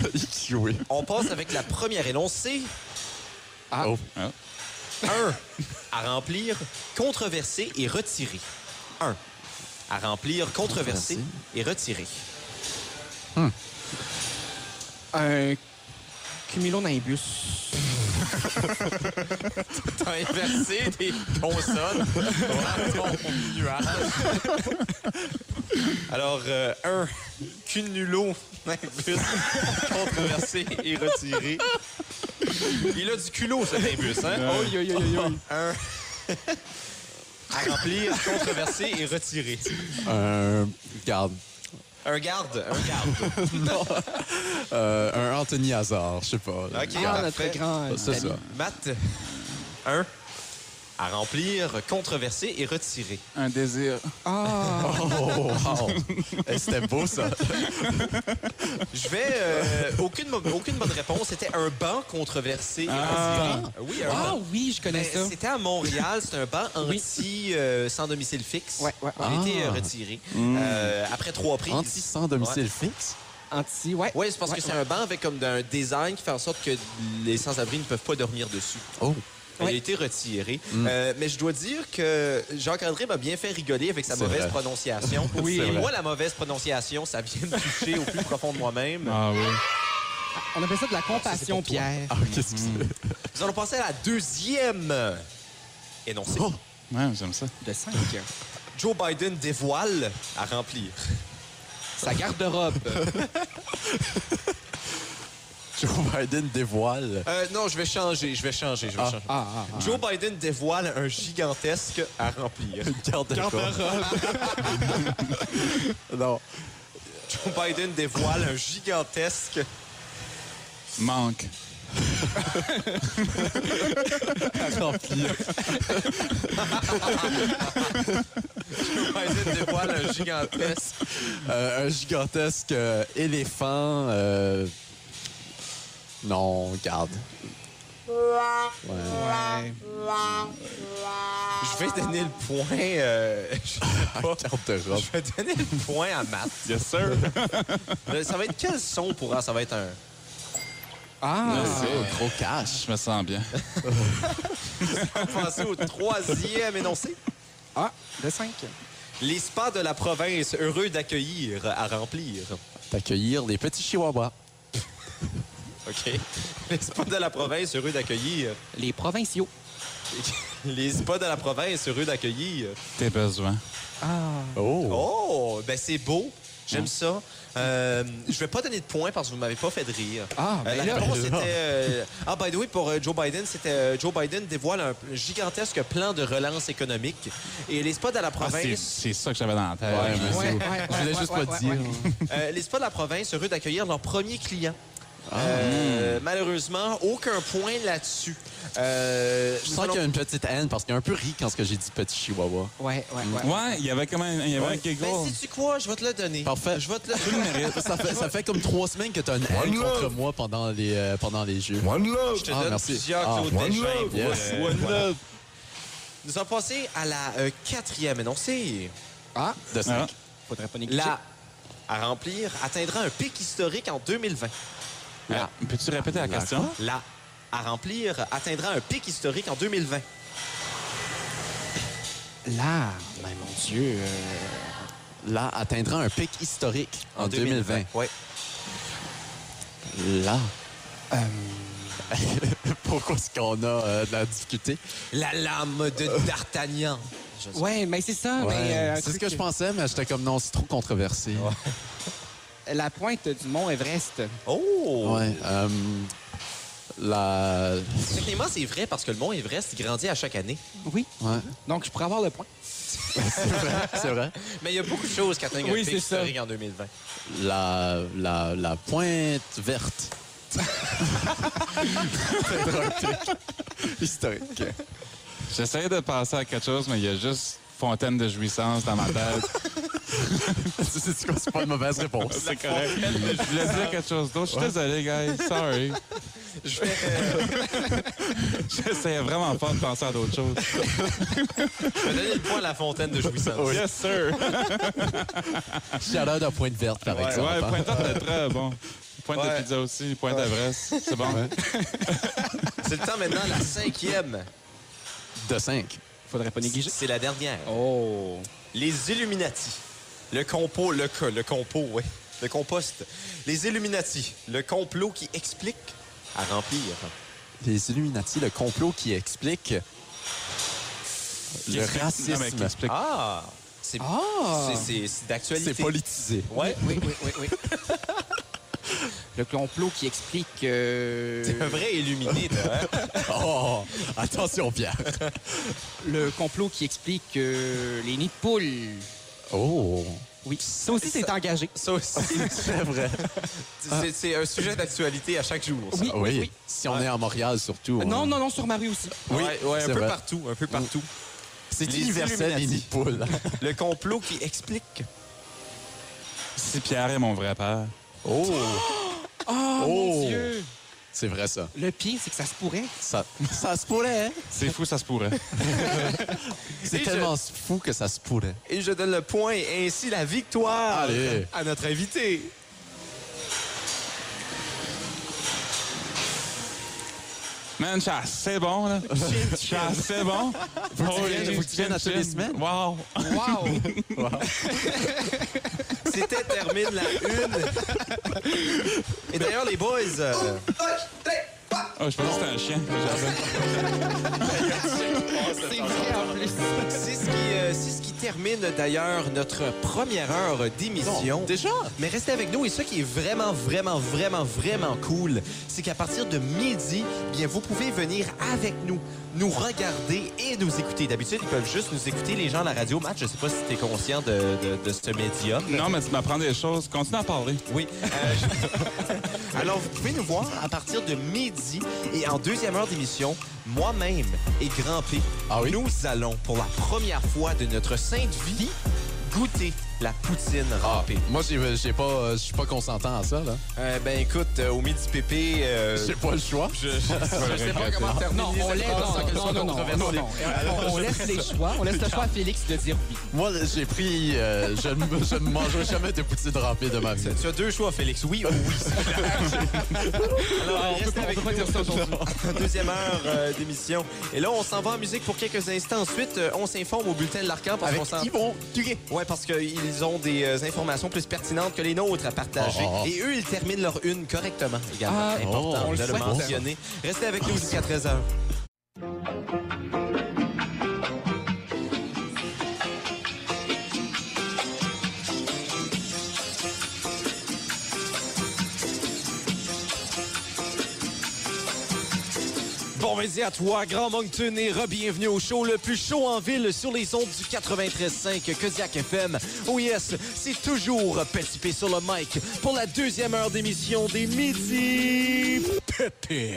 Speaker 3: Écué.
Speaker 1: On passe avec la première énoncée.
Speaker 3: Oh.
Speaker 5: Ah.
Speaker 1: 1. À remplir, controverser et retirer. 1. À remplir, controverser et retirer.
Speaker 4: Un cumulonimbus.
Speaker 1: T'as inversé des consonnes dans ton nuage. Alors, euh, un, cunulo, nimbus, controversé et retiré. Il a du culot, ce nimbus, hein?
Speaker 4: Oh, yo, yo, yo, yo.
Speaker 1: Un, à remplir, controversé et retiré.
Speaker 3: Un. euh, Regarde.
Speaker 1: Un garde, un garde.
Speaker 3: Euh, un Anthony Hazard, je sais pas.
Speaker 1: OK,
Speaker 4: Ah,
Speaker 1: parfait.
Speaker 4: notre grand.
Speaker 3: C'est ça.
Speaker 1: Matt, un, à remplir, controversé et retiré.
Speaker 5: Un désir.
Speaker 4: Ah,
Speaker 3: Oh, wow. Eh, C'était beau, ça.
Speaker 1: Je vais. euh, aucune, mo- aucune bonne réponse. C'était un banc controversé. et
Speaker 5: Ah.
Speaker 1: retiré. Oui, un
Speaker 4: Ah
Speaker 1: banc.
Speaker 4: oui, je connais
Speaker 1: Mais
Speaker 4: ça.
Speaker 1: C'était à Montréal, c'était un banc
Speaker 4: Oui.
Speaker 1: anti euh, sans domicile fixe.
Speaker 4: Ouais, ouais, ouais.
Speaker 1: Il a été euh,
Speaker 3: Ah.
Speaker 1: retiré euh, après trois prises.
Speaker 3: Anti sans domicile fixe?
Speaker 4: Anti, ouais.
Speaker 1: Oui, c'est parce
Speaker 4: Ouais,
Speaker 1: que c'est un banc avec comme un design qui fait en sorte que les sans-abri ne peuvent pas dormir dessus.
Speaker 3: Oh.
Speaker 1: Il a
Speaker 4: Ouais.
Speaker 1: été retiré. Euh, mais je dois dire que Jacques-André m'a bien fait rigoler avec sa
Speaker 3: C'est
Speaker 1: mauvaise
Speaker 3: vrai.
Speaker 1: prononciation.
Speaker 4: Oui.
Speaker 1: Et moi, la mauvaise prononciation, ça vient me toucher au plus profond de moi-même.
Speaker 5: Ah oui.
Speaker 4: On appelle Ah, ça de la
Speaker 1: Ça, c'est
Speaker 4: compassion,
Speaker 1: pour toi.
Speaker 4: Pierre.
Speaker 3: Ah, qu'est-ce que c'est?
Speaker 1: Nous allons passer à la deuxième énoncée.
Speaker 3: Oh.
Speaker 5: Ouais, j'aime ça.
Speaker 4: De 5.
Speaker 1: Joe Biden dévoile à remplir.
Speaker 4: Sa garde-robe.
Speaker 3: Joe Biden dévoile.
Speaker 1: Euh, non, je vais changer, je vais changer, je vais changer.
Speaker 4: Ah, ah, ah.
Speaker 1: Joe Biden dévoile un gigantesque à remplir.
Speaker 3: Garde Non.
Speaker 1: Joe Biden dévoile un gigantesque.
Speaker 5: Manque.
Speaker 3: Remplir.
Speaker 1: Joe Biden dévoile un gigantesque.
Speaker 3: Euh, un gigantesque euh, éléphant. euh, Non, garde.
Speaker 4: Ouais.
Speaker 1: Je vais donner le point. euh,
Speaker 3: Un garde-robe.
Speaker 1: je vais donner le point à Matt.
Speaker 5: Yes, sir.
Speaker 1: Euh, Ça va être quel son pour un? Ça va être un.
Speaker 4: Ah,
Speaker 3: C'est un gros cash.
Speaker 5: Je me sens bien.
Speaker 1: Passer au troisième énoncé.
Speaker 4: ah, de 5.
Speaker 1: Les spas de la province heureux d'accueillir à remplir.
Speaker 3: D'accueillir les petits chihuahuas.
Speaker 1: OK. Les spas de la province heureux d'accueillir.
Speaker 4: Les provinciaux.
Speaker 1: Les spas de la province heureux d'accueillir.
Speaker 5: Tes besoins.
Speaker 4: Ah.
Speaker 3: Oh. Ah.
Speaker 1: Oh, ben c'est beau. J'aime ça. Euh, je vais pas donner de points parce que vous m'avez pas fait de rire.
Speaker 4: Ah, ben
Speaker 1: Euh, la
Speaker 4: là,
Speaker 1: réponse
Speaker 3: ben là.
Speaker 1: était. euh, Ah, by the way, pour euh, Joe Biden, c'était euh, Joe Biden dévoile un gigantesque plan de relance économique. Et les spots de la
Speaker 5: Ah, c'est
Speaker 1: province,
Speaker 5: c'est ça que j'avais dans la tête.
Speaker 3: Ouais, mais c'est-
Speaker 4: Ouais, ouais,
Speaker 3: Euh, Je voulais
Speaker 4: ouais,
Speaker 3: juste
Speaker 4: ouais,
Speaker 3: pas
Speaker 4: ouais,
Speaker 3: dire.
Speaker 4: ouais.
Speaker 1: euh, les spas de la province heureux d'accueillir leur premier client.
Speaker 3: Ah.
Speaker 1: Euh, malheureusement, aucun point là-dessus. Euh,
Speaker 3: Je sens qu'il y a une petite haine parce qu'il y a un peu ri quand ce que j'ai dit petit chihuahua.
Speaker 4: Ouais, ouais, ouais.
Speaker 5: Ouais, il y avait quand même il y avait un giggle.
Speaker 1: Ben, sais-tu quoi? Je vais te le donner.
Speaker 3: Parfait.
Speaker 1: Je vais te le
Speaker 3: Tu le mérites. ça, fait, ça fait comme trois semaines que t'as une haine
Speaker 9: One love.
Speaker 3: contre moi pendant les, euh, pendant les jeux.
Speaker 9: One love.
Speaker 1: Je te
Speaker 3: Ah,
Speaker 1: donne
Speaker 3: merci.
Speaker 1: plusieurs
Speaker 3: Ah,
Speaker 1: Claude
Speaker 9: one
Speaker 1: Deschain
Speaker 9: love,
Speaker 1: pour,
Speaker 3: yes,
Speaker 1: euh,
Speaker 3: one
Speaker 1: voilà. Nous allons passer à la euh, quatrième énoncée.
Speaker 4: Ah,
Speaker 3: De
Speaker 5: Ah.
Speaker 3: cinq.
Speaker 4: faudrait pas négliger.
Speaker 1: La à remplir atteindra un pic historique en 2020.
Speaker 5: Ah, Peux-tu répéter la, question?
Speaker 1: La à remplir atteindra un pic historique en 2020.
Speaker 4: Ah. Là, mais mon Dieu. euh,
Speaker 3: Là atteindra un pic historique en, 2020.
Speaker 1: Oui.
Speaker 3: Là. Pourquoi est-ce qu'on a euh, de la difficulté?
Speaker 1: La lame de D'Artagnan. Je sais.
Speaker 4: Ouais, mais c'est ça.
Speaker 3: Ouais.
Speaker 4: mais, euh, un
Speaker 3: c'est ce
Speaker 4: truc-
Speaker 3: que je pensais, mais j'étais comme non, c'est trop controversé.
Speaker 4: La pointe du mont Everest.
Speaker 1: Oh!
Speaker 3: Ouais, euh, la.
Speaker 1: Techniquement, c'est vrai parce que le mont Everest grandit à chaque année.
Speaker 4: Oui.
Speaker 3: Ouais,
Speaker 4: Donc, je pourrais avoir le point.
Speaker 3: c'est vrai, c'est vrai.
Speaker 1: Mais il y a beaucoup de choses qui atteignent
Speaker 4: Oui,
Speaker 1: un pic
Speaker 4: c'est ça.
Speaker 1: historique en 2020.
Speaker 3: La, la, la pointe verte. Atteindra un pic historique.
Speaker 5: J'essaie de passer à quelque chose, mais il y a juste fontaine de jouissance dans ma tête.
Speaker 3: C'est quoi, c'est pas une mauvaise réponse.
Speaker 5: C'est correct. Je voulais dire quelque chose d'autre. Je suis désolé, guys. Sorry.
Speaker 1: Je vais, euh,
Speaker 5: J'essayais vraiment pas de penser à d'autres choses.
Speaker 1: je vais donner le point à la fontaine de jouissance.
Speaker 5: Yes, sir.
Speaker 3: Chaleur de pointe verte, par
Speaker 5: Ouais,
Speaker 3: exemple. hein.
Speaker 5: pointe de très bon. Pointe
Speaker 1: Ouais.
Speaker 5: de pizza aussi, pointe d'Everest. C'est bon.
Speaker 1: C'est le temps maintenant, la cinquième.
Speaker 3: De 5.
Speaker 4: Faudrait pas négliger.
Speaker 1: C'est la dernière.
Speaker 4: Oh.
Speaker 1: Les Illuminati. Le compo, le, co- le compo, ouais. Le compost. Les Illuminati. Le complot qui explique à remplir.
Speaker 3: Les Illuminati, le complot qui explique
Speaker 5: Qui
Speaker 3: le
Speaker 5: explique-
Speaker 3: racisme.
Speaker 5: Non, mais qui explique.
Speaker 1: Ah! C'est
Speaker 4: Ah!
Speaker 1: c'est- c'est- c'est d'actualité.
Speaker 3: C'est politisé.
Speaker 1: Ouais.
Speaker 4: Oui, oui, oui, oui. Le complot qui explique. euh,
Speaker 1: C'est un vrai illuminé, toi, hein?
Speaker 3: Oh, attention, Pierre.
Speaker 4: le complot qui explique euh, les nids de poules.
Speaker 3: Oh,
Speaker 4: Oui. Ça aussi, c'est engagé.
Speaker 1: Ça aussi,
Speaker 3: c'est vrai.
Speaker 1: c'est- c'est un sujet d'actualité à chaque jour. ça.
Speaker 4: Oui,
Speaker 3: Ah oui,
Speaker 4: oui.
Speaker 3: si on est à Montréal surtout.
Speaker 4: Non,
Speaker 3: hein.
Speaker 4: non, non, sur ma rue aussi.
Speaker 3: Oui,
Speaker 1: Ouais, ouais, un
Speaker 3: c'est
Speaker 1: peu
Speaker 3: vrai.
Speaker 1: partout, un peu partout.
Speaker 3: C'est
Speaker 1: Les
Speaker 3: universel, les
Speaker 1: Illuminati.
Speaker 3: nids de poules.
Speaker 1: Le complot qui explique.
Speaker 5: Si Pierre est mon vrai père.
Speaker 3: Oh,
Speaker 4: Oh,
Speaker 3: Oh.
Speaker 4: mon Dieu!
Speaker 3: c'est vrai ça.
Speaker 4: Le pire, c'est que ça se pourrait.
Speaker 3: Ça, ça se pourrait. hein?
Speaker 5: C'est fou, ça se pourrait.
Speaker 3: C'est
Speaker 1: Et
Speaker 3: tellement fou que ça se pourrait.
Speaker 1: Et je donne le point et ainsi la victoire
Speaker 3: Allez.
Speaker 1: à notre invité.
Speaker 5: Man, je suis assez bon, là. Je suis assez bon. Faut
Speaker 3: que tu viennes- faut que tu viennes à tous les semaines.
Speaker 5: Wow.
Speaker 4: Wow!
Speaker 1: C'était termine la une. Et d'ailleurs, les boys, euh,
Speaker 5: Oh, je pensais que c'était un chien.
Speaker 4: c'est vrai en plus.
Speaker 1: c'est ce qui, euh, c'est ce qui termine d'ailleurs notre première heure d'émission.
Speaker 3: Déjà?
Speaker 1: Mais restez avec nous et ce qui est vraiment, vraiment, vraiment, vraiment cool, c'est qu'à partir de midi, bien, vous pouvez venir avec nous, nous regarder et nous écouter. D'habitude, ils peuvent juste nous écouter, les gens à la radio. Matt, je sais pas si tu es conscient de, de- de ce médium.
Speaker 5: Non, mais tu m'apprends des choses. Continue à parler.
Speaker 1: Oui. Euh, je- Alors, vous pouvez nous voir à partir de midi et en deuxième heure d'émission, moi-même et Grand P,
Speaker 3: Ah oui?
Speaker 1: nous allons pour la première fois de notre sainte vie goûter la poutine
Speaker 3: Ah,
Speaker 1: râpée.
Speaker 3: moi, j'ai j'ai pas, euh, je suis pas consentant à ça. là.
Speaker 1: Euh, ben écoute, euh, au midi pépé, euh,
Speaker 3: J'ai pas le choix.
Speaker 5: Je sais pas comment
Speaker 1: Ah,
Speaker 4: Non, on laisse, non, non, non, non, non, non. On, on laisse les choix. On laisse le choix à Félix de dire oui.
Speaker 3: Moi, j'ai pris... euh, je, ne, je ne mangerai jamais de poutine râpée de ma vie.
Speaker 1: tu as deux choix, Félix. Oui ou oui. Alors, restez avec nous. Deuxième heure euh, d'émission. Et là, on s'en va en musique pour quelques instants. Ensuite, euh, on s'informe au bulletin de l'Arcan parce
Speaker 3: Avec
Speaker 1: qu'on s'en...
Speaker 3: Yvon Duguay.
Speaker 1: Oui, parce qu'ils ont des euh, informations plus pertinentes que les nôtres à partager.
Speaker 3: Oh, oh, oh.
Speaker 1: Et eux, ils terminent leur une correctement également.
Speaker 4: Ah,
Speaker 1: Important
Speaker 3: oh, on
Speaker 1: de
Speaker 3: le
Speaker 1: le
Speaker 3: souhaite.
Speaker 1: mentionner. Restez avec nous jusqu'à 13h. Bon midi à toi, Grand Moncton, et re-bienvenue au show le plus chaud en ville sur les ondes du 93.5 Kodiak FM. Oh yes, c'est toujours Petit P sur le mic pour la deuxième heure d'émission des midis. Pépé.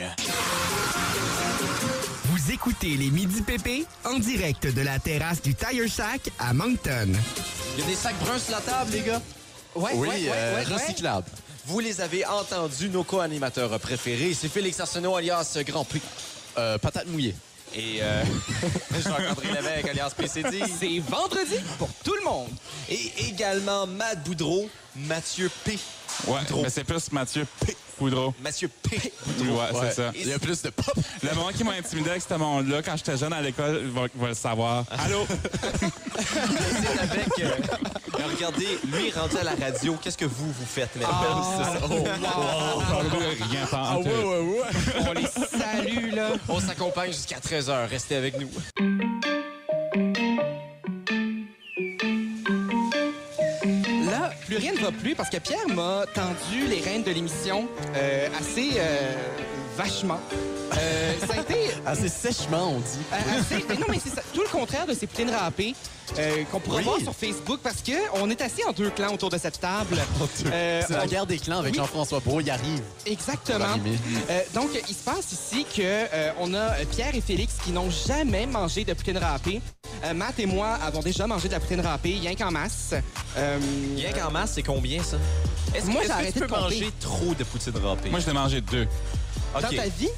Speaker 2: Vous écoutez les Midi PP en direct de la terrasse du Tire Shack à Moncton.
Speaker 1: Il y a des sacs bruns sur la table, les gars.
Speaker 4: Ouais,
Speaker 3: Oui,
Speaker 4: ouais, ouais,
Speaker 3: euh,
Speaker 4: ouais, ouais.
Speaker 3: recyclable.
Speaker 1: Vous les avez entendus, nos co-animateurs préférés. C'est Félix Arsenault alias Grand Prix.
Speaker 3: Euh, patate mouillée.
Speaker 1: Et euh, Jean-André Lévesque alias PCD.
Speaker 4: C'est vendredi pour tout le monde.
Speaker 1: Et également Matt Boudreau, Mathieu P.
Speaker 5: Ouais,
Speaker 1: Boudreau.
Speaker 5: mais c'est plus Mathieu P. Boudreau.
Speaker 1: Mathieu P.
Speaker 5: Ouais,
Speaker 3: Ouais.
Speaker 5: Ah, c'est ça.
Speaker 3: Il y a plus de pop.
Speaker 5: Le moment qui m'a intimidé avec ce monde-là, quand j'étais jeune à l'école, il va, il va le savoir.
Speaker 3: Ah,
Speaker 5: Allô?
Speaker 1: C'est avec. euh, regardez, lui rendu à la radio, qu'est-ce que vous, vous faites maintenant?
Speaker 4: Ah,
Speaker 3: ah.
Speaker 5: On ne rien pas en tout.
Speaker 4: on les salue, là.
Speaker 1: On s'accompagne jusqu'à 13h. Restez avec nous.
Speaker 4: Là, plus rien ne va plus parce que Pierre m'a tendu les rênes de l'émission euh, assez euh, vachement. Euh, ça a été
Speaker 3: Assez Ah, sèchement, on dit.
Speaker 4: Euh, assez- mais non, mais c'est ça. Tout le contraire de ces poutines râpées euh, qu'on pourra
Speaker 3: Oui.
Speaker 4: voir sur Facebook parce que on est assis en deux clans autour de cette table. Euh,
Speaker 3: C'est la
Speaker 4: on-
Speaker 3: guerre des clans avec
Speaker 4: Oui.
Speaker 3: Jean-François Brault. Il arrive.
Speaker 4: Exactement.
Speaker 3: Pour arriver.
Speaker 4: Euh, donc, il se passe ici que euh, on a euh, Pierre et Félix qui n'ont jamais mangé de poutine râpée. Euh, Matt et moi avons déjà mangé de la poutine râpée, rien qu'en masse. Euh,
Speaker 1: Rien qu'en masse, c'est combien, ça? Est-ce que, est-ce
Speaker 4: Moi, j'ai
Speaker 1: que
Speaker 4: arrêté
Speaker 1: tu peux
Speaker 4: de compter.
Speaker 1: manger trop de poutine râpée?
Speaker 5: Moi, je l'ai mangé deux.
Speaker 1: OK.
Speaker 4: Dans ta vie?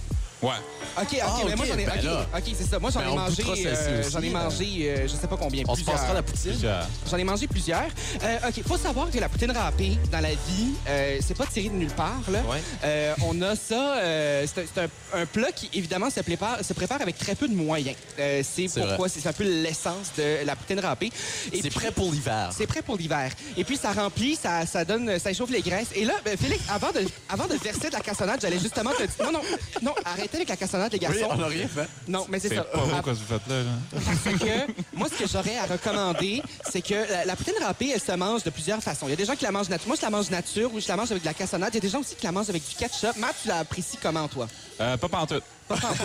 Speaker 5: Ouais.
Speaker 4: OK, OK,
Speaker 3: Ah,
Speaker 4: mais moi,
Speaker 3: ok,
Speaker 4: j'en ai...
Speaker 3: ben
Speaker 4: OK,
Speaker 3: là.
Speaker 4: ok, c'est ça. Moi, j'en
Speaker 3: Ben,
Speaker 4: ai
Speaker 3: on
Speaker 4: mangé...
Speaker 3: goûtera celle-ci
Speaker 4: euh,
Speaker 3: aussi,
Speaker 4: J'en ai
Speaker 3: euh.
Speaker 4: mangé, euh, je sais pas combien,
Speaker 3: On se
Speaker 4: plusieurs.
Speaker 3: passera la poutine.
Speaker 5: Plusieurs.
Speaker 4: J'en ai mangé plusieurs. Euh, OK, faut savoir que la poutine râpée, dans la vie, euh, c'est pas tiré de nulle part. Là.
Speaker 1: Ouais.
Speaker 4: Euh, on a ça... euh, c'est un- c'est un, un plat qui, évidemment, se prépare, se prépare avec très peu de moyens. Euh, c'est
Speaker 3: C'est
Speaker 4: pourquoi c'est un peu l'essence de la poutine râpée. Et
Speaker 3: C'est
Speaker 4: puis-
Speaker 3: prêt pour l'hiver.
Speaker 4: c'est prêt pour l'hiver. Et puis ça remplit, ça, ça donne, ça échauffe les graisses. Et là, ben, Félix, avant de, avant de verser de la cassonade, j'allais justement te dire, non, non, non, arrêtez avec la cassonade, les garçons.
Speaker 3: Oui, on n'a rien fait.
Speaker 4: Non, mais c'est
Speaker 5: C'est
Speaker 4: ça. Ah.
Speaker 5: pas beau que vous faites là, là.
Speaker 4: Parce que moi, ce que j'aurais à recommander, c'est que la, la poutine râpée, elle se mange de plusieurs façons. Il y a des gens qui la mangent nature. Moi, je la mange nature ou je la mange avec de la cassonade. Il y a des gens aussi qui la mangent avec du ketchup. Matt, tu l'apprécies comment, toi?
Speaker 5: Euh, pas pantoute.
Speaker 4: Pas pantoute.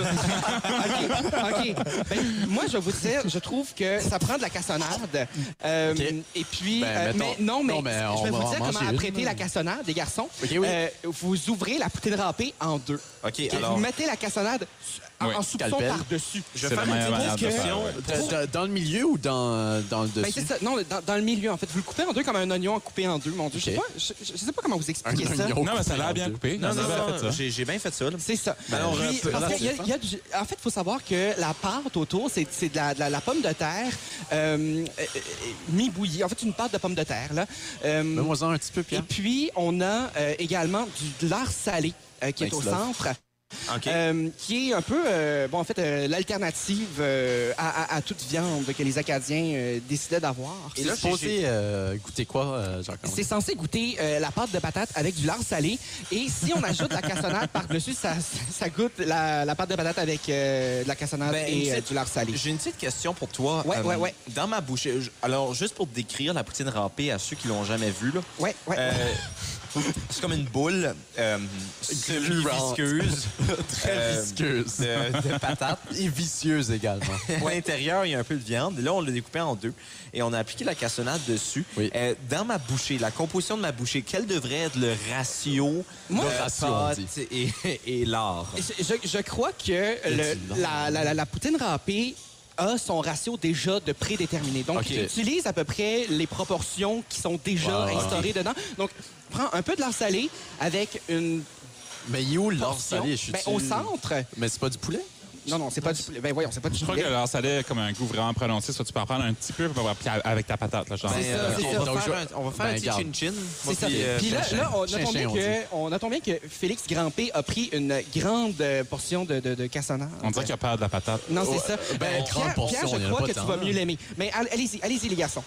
Speaker 4: OK. OK. Ben, moi, je vais vous dire, je trouve que ça prend de la cassonade. Euh,
Speaker 3: OK.
Speaker 4: Et puis,
Speaker 3: Ben,
Speaker 4: euh,
Speaker 3: mettons-
Speaker 4: mais, non, mais,
Speaker 3: non, mais
Speaker 4: je
Speaker 3: on
Speaker 4: vais
Speaker 3: va
Speaker 4: vous
Speaker 3: en
Speaker 4: dire comment
Speaker 3: manger une.
Speaker 4: apprêter la cassonade, les garçons.
Speaker 3: OK, oui.
Speaker 4: Euh, vous ouvrez la poutine râpée en deux.
Speaker 1: OK,
Speaker 4: Et
Speaker 1: alors,
Speaker 4: Vous mettez la cassonade en,
Speaker 5: Oui,
Speaker 4: en soupçon
Speaker 3: scalpel.
Speaker 4: par-dessus.
Speaker 1: je vais
Speaker 5: C'est
Speaker 1: faire
Speaker 5: la
Speaker 1: une
Speaker 5: meilleure
Speaker 1: petite
Speaker 5: manière de le faire,
Speaker 1: description.
Speaker 5: ouais.
Speaker 3: Dans- dans- Dans le milieu ou dans, dans le
Speaker 4: Ben,
Speaker 3: dessus?
Speaker 4: c'est ça. Non, dans, dans le milieu, en fait. Vous le coupez en deux comme un oignon coupé en deux, mon Dieu.
Speaker 3: OK.
Speaker 4: Je, sais pas, je, je sais pas comment vous expliquer ça.
Speaker 3: oignon.
Speaker 5: Non, mais ça a l'air bien coupé.
Speaker 1: Non,
Speaker 5: Vous
Speaker 1: non,
Speaker 5: avez fait
Speaker 1: non,
Speaker 5: ça.
Speaker 1: j'ai j'ai bien fait ça. là.
Speaker 4: C'est ça.
Speaker 3: Ben, alors,
Speaker 4: Puis,
Speaker 3: un peu,
Speaker 4: parce
Speaker 3: là,
Speaker 4: qu'il y a-
Speaker 3: c'est
Speaker 4: il y a du- en fait, il faut savoir que la pâte autour, c'est c'est de, la, de la- la pomme de terre euh, euh, euh, mi-bouillie. En fait, une pâte de pomme de terre. Là. Euh,
Speaker 3: Mets-moi-en un petit peu,
Speaker 4: et
Speaker 3: Ben, Pierre.
Speaker 4: puis, on a euh, également du de lard salé euh, qui est
Speaker 3: Thanks,
Speaker 4: au
Speaker 3: love.
Speaker 4: centre.
Speaker 1: OK.
Speaker 4: Euh, qui est un peu, euh, bon, en fait, euh, l'alternative euh, à, à- à toute viande que les Acadiens euh, décidaient d'avoir.
Speaker 3: Et là,
Speaker 1: j'ai-
Speaker 3: supposé euh, goûter quoi, euh, Jacques-André?
Speaker 4: C'est censé goûter euh, la pâte de patate avec du lard salé. Et si on ajoute de la cassonade par-dessus, ça, ça goûte la, la pâte de patate avec euh, de la cassonade
Speaker 1: Ben, une
Speaker 4: et euh,
Speaker 1: petite-
Speaker 4: du lard salé.
Speaker 1: J'ai une petite question pour toi.
Speaker 4: Ouais, ouais, ouais.
Speaker 1: Dans ma bouche, euh, je- alors juste pour décrire la poutine râpée à ceux qui l'ont jamais vue, là,
Speaker 4: Ouais, ouais.
Speaker 1: euh, c'est comme une boule euh, semi-visqueuse. euh,
Speaker 3: visqueuse.
Speaker 1: de, de patates.
Speaker 3: Et vicieuse également.
Speaker 1: À l'intérieur, il y a un peu de viande. Là, on l'a découpé en deux et on a appliqué la cassonade dessus.
Speaker 3: Oui.
Speaker 1: Euh, dans ma bouchée, la composition de ma bouchée, quel devrait être le ratio
Speaker 4: Moi,
Speaker 1: de
Speaker 3: Le ratio, on
Speaker 1: pâte
Speaker 3: dit.
Speaker 1: et, et Ben, lard?
Speaker 4: Je, je- je crois que
Speaker 3: Il y a
Speaker 4: le-
Speaker 3: du lard.
Speaker 4: la, la- la- la poutine râpée a son ratio déjà de prédéterminé. Donc,
Speaker 3: Ok.
Speaker 4: il utilise à peu près les proportions qui sont déjà
Speaker 3: Wow, ok.
Speaker 4: instaurées dedans. Donc, prends un peu de lard salé avec une
Speaker 3: Mais il est où l'or
Speaker 4: portion
Speaker 3: salé? Je suis
Speaker 4: ben, au centre.
Speaker 3: Mais c'est pas du poulet?
Speaker 4: Non, non, c'est pas du poulet. Ben voyons, c'est pas du
Speaker 5: Je crois
Speaker 4: poulet.
Speaker 5: que leur salé a comme un goût vraiment prononcé. Soit tu peux en prendre un petit peu, puis puis avec ta patate, là, genre.
Speaker 1: Ben,
Speaker 4: ça,
Speaker 1: euh,
Speaker 4: c'est
Speaker 1: on,
Speaker 4: ça.
Speaker 1: Va
Speaker 3: Donc,
Speaker 1: faire
Speaker 3: je-
Speaker 1: un, on va faire
Speaker 3: Ben,
Speaker 1: un
Speaker 3: garde.
Speaker 1: petit chin-chin.
Speaker 4: C'est
Speaker 1: Moi,
Speaker 4: ça.
Speaker 1: puis, euh,
Speaker 4: Puis là,
Speaker 1: Benjamin.
Speaker 4: là, on,
Speaker 3: Chin-chin,
Speaker 4: notons bien
Speaker 3: on
Speaker 4: que, on notons bien que Félix Grampé a pris une grande euh, portion de, de, de cassonade.
Speaker 5: On dirait qu'il a peur de la patate.
Speaker 4: Non, c'est
Speaker 3: Ouais,
Speaker 4: ça.
Speaker 3: ben,
Speaker 4: Euh,
Speaker 3: grande
Speaker 4: Pierre,
Speaker 3: portion,
Speaker 4: Pierre,
Speaker 3: il y en
Speaker 4: je
Speaker 3: a
Speaker 4: crois
Speaker 3: pas
Speaker 4: que
Speaker 3: tant,
Speaker 4: tu vas
Speaker 3: hein.
Speaker 4: mieux l'aimer. Mais all- allez-y, allez-y, les garçons.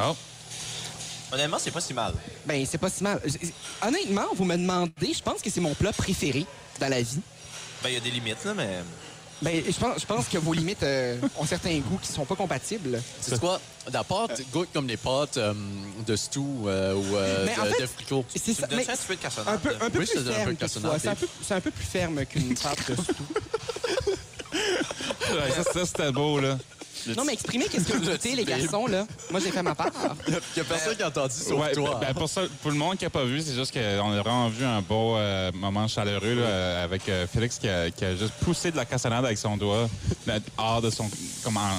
Speaker 5: Oh,
Speaker 1: Honnêtement, c'est pas si mal.
Speaker 4: Ben, c'est pas si mal. J- Honnêtement, vous me demandez, je pense que c'est mon plat préféré dans la vie.
Speaker 1: Ben, il y a des limites, là, mais.
Speaker 4: Ben, je pense, je pense que vos limites euh, ont certains goûts qui sont pas compatibles.
Speaker 3: C'est quoi? La pâte goûte comme les pâtes euh, de stew euh, ou euh,
Speaker 4: Mais en
Speaker 3: de,
Speaker 4: fait,
Speaker 3: de fricots.
Speaker 4: C'est
Speaker 1: Tu me
Speaker 4: ça.
Speaker 1: donnes
Speaker 4: mais
Speaker 1: ça un petit peu de cassonade.
Speaker 4: un peu, un peu
Speaker 3: Oui, je te
Speaker 4: plus
Speaker 3: donne un peu
Speaker 4: ferme
Speaker 3: de
Speaker 4: que
Speaker 3: cassonade,
Speaker 4: C'est un
Speaker 3: Dave.
Speaker 4: peu, c'est un peu plus ferme qu'une pâte de stew.
Speaker 5: Ouais, ça, ça, c'était beau, là.
Speaker 4: Non, mais exprimez qu'est-ce que vous
Speaker 3: Le
Speaker 4: goûtez, les
Speaker 3: petit
Speaker 4: garçons, là. Moi, j'ai fait ma part.
Speaker 3: Il y a personne qui a entendu sauf
Speaker 5: Ouais,
Speaker 3: toi.
Speaker 5: ben, ben, pour, ça, pour le monde qui n'a pas vu, c'est juste qu'on a vraiment vu un beau euh, moment chaleureux là, euh, avec euh, Félix qui a, qui a juste poussé de la cassonade avec son doigt là, hors de son... Comment...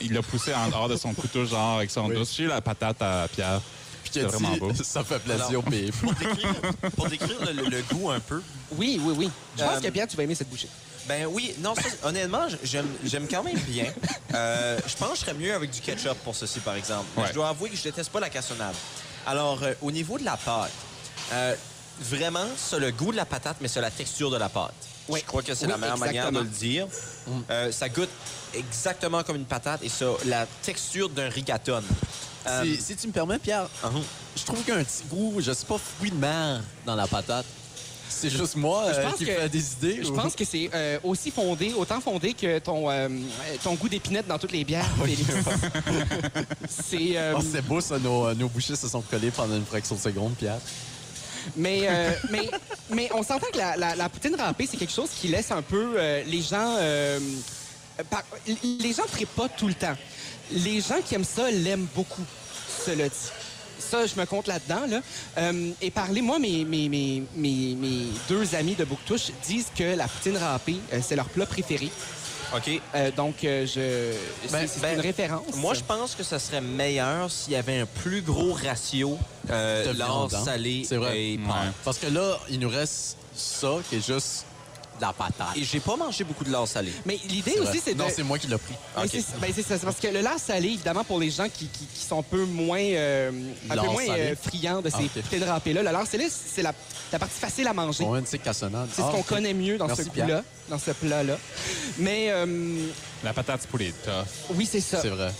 Speaker 5: Il l'a poussé en dehors de son couteau, genre, avec son doigt. J'ai eu la patate à Pierre.
Speaker 3: Puis
Speaker 5: C'est
Speaker 3: qu'il a
Speaker 5: vraiment
Speaker 3: dit,
Speaker 5: beau.
Speaker 3: ça fait plaisir,
Speaker 1: Alors-
Speaker 3: mais
Speaker 1: Pour décrire, pour décrire le, le- le goût un peu.
Speaker 4: Oui, oui, oui. Je pense
Speaker 1: Euh,
Speaker 4: que Pierre, tu vas aimer cette bouchée.
Speaker 1: Ben oui, non, ça, honnêtement, j- j'aime j'aime quand même bien. Euh, je pense que je serais mieux avec du ketchup pour ceci, par exemple. Mais
Speaker 5: Ouais.
Speaker 1: Je dois avouer que je déteste pas la cassonade. Alors, euh, au niveau de la pâte, euh, vraiment, c'est le goût de la patate, mais c'est la texture de la pâte.
Speaker 4: Oui.
Speaker 1: Je crois que c'est
Speaker 4: Oui,
Speaker 1: la meilleure manière de
Speaker 4: exactement.
Speaker 1: le dire. Euh, ça goûte exactement comme une patate et ça, la texture d'un rigatone. Euh,
Speaker 3: si, si tu me permets, Pierre,
Speaker 4: Ah
Speaker 1: hum.
Speaker 3: je trouve qu'il y a un petit goût, je sais pas, fruit de mer dans la patate. C'est juste moi
Speaker 4: Je
Speaker 3: euh,
Speaker 4: pense
Speaker 3: qui
Speaker 4: que-
Speaker 3: me fais des idées.
Speaker 4: Je
Speaker 3: ou-
Speaker 4: pense que c'est euh, aussi fondé, autant fondé que ton, euh, ton goût d'épinette dans toutes les bières, Félix. c'est... euh,
Speaker 3: Oh, c'est beau, ça. Nos, nos bouchées se sont collées pendant une fraction de seconde, Pierre.
Speaker 4: mais, euh, mais, mais on s'entend que la, la- la poutine râpée, c'est quelque chose qui laisse un peu euh, les gens... euh, par- Les gens ne pas tout le temps. Les gens qui aiment ça l'aiment beaucoup, cela dit. ça, je me compte là-dedans. Là. Euh, et parler, moi, mes, mes, mes, mes, mes deux amis de Bouctouche disent que la poutine râpée, euh, c'est leur plat préféré.
Speaker 1: OK.
Speaker 4: Euh, donc, euh, je... c'est- c'est
Speaker 1: ben,
Speaker 4: une référence.
Speaker 1: Moi, je pense que ça serait meilleur s'il y avait un plus gros ratio euh,
Speaker 3: De
Speaker 1: lard
Speaker 3: viande, hein?
Speaker 1: salé
Speaker 3: C'est vrai.
Speaker 1: et
Speaker 5: Ouais.
Speaker 1: pâte.
Speaker 3: Parce que là, il nous reste ça qui est juste de la patate.
Speaker 1: Et j'ai pas mangé beaucoup de lard salé.
Speaker 4: Mais l'idée aussi, c'est de...
Speaker 3: Non, c'est moi qui l'ai pris.
Speaker 4: Mais
Speaker 1: Ok.
Speaker 4: c'est- ben, c'est ça, c'est parce que le lard salé, évidemment, pour les gens qui, qui- qui sont un peu moins, euh, un peu
Speaker 3: Lard
Speaker 4: moins
Speaker 3: salé.
Speaker 4: euh, friands de ces
Speaker 3: Ah, ok.
Speaker 4: poutines râpées-là, le lard salé, c'est la, la partie facile à manger.
Speaker 3: Bon, une petite cassonade.
Speaker 4: C'est ce qu'on connaît mieux dans
Speaker 3: Ah, Merci,
Speaker 4: ce
Speaker 3: Pierre.
Speaker 4: goût-là, dans ce plat-là. Mais euh,
Speaker 5: La patate pour les tough.
Speaker 4: oui, c'est ça.
Speaker 3: C'est vrai.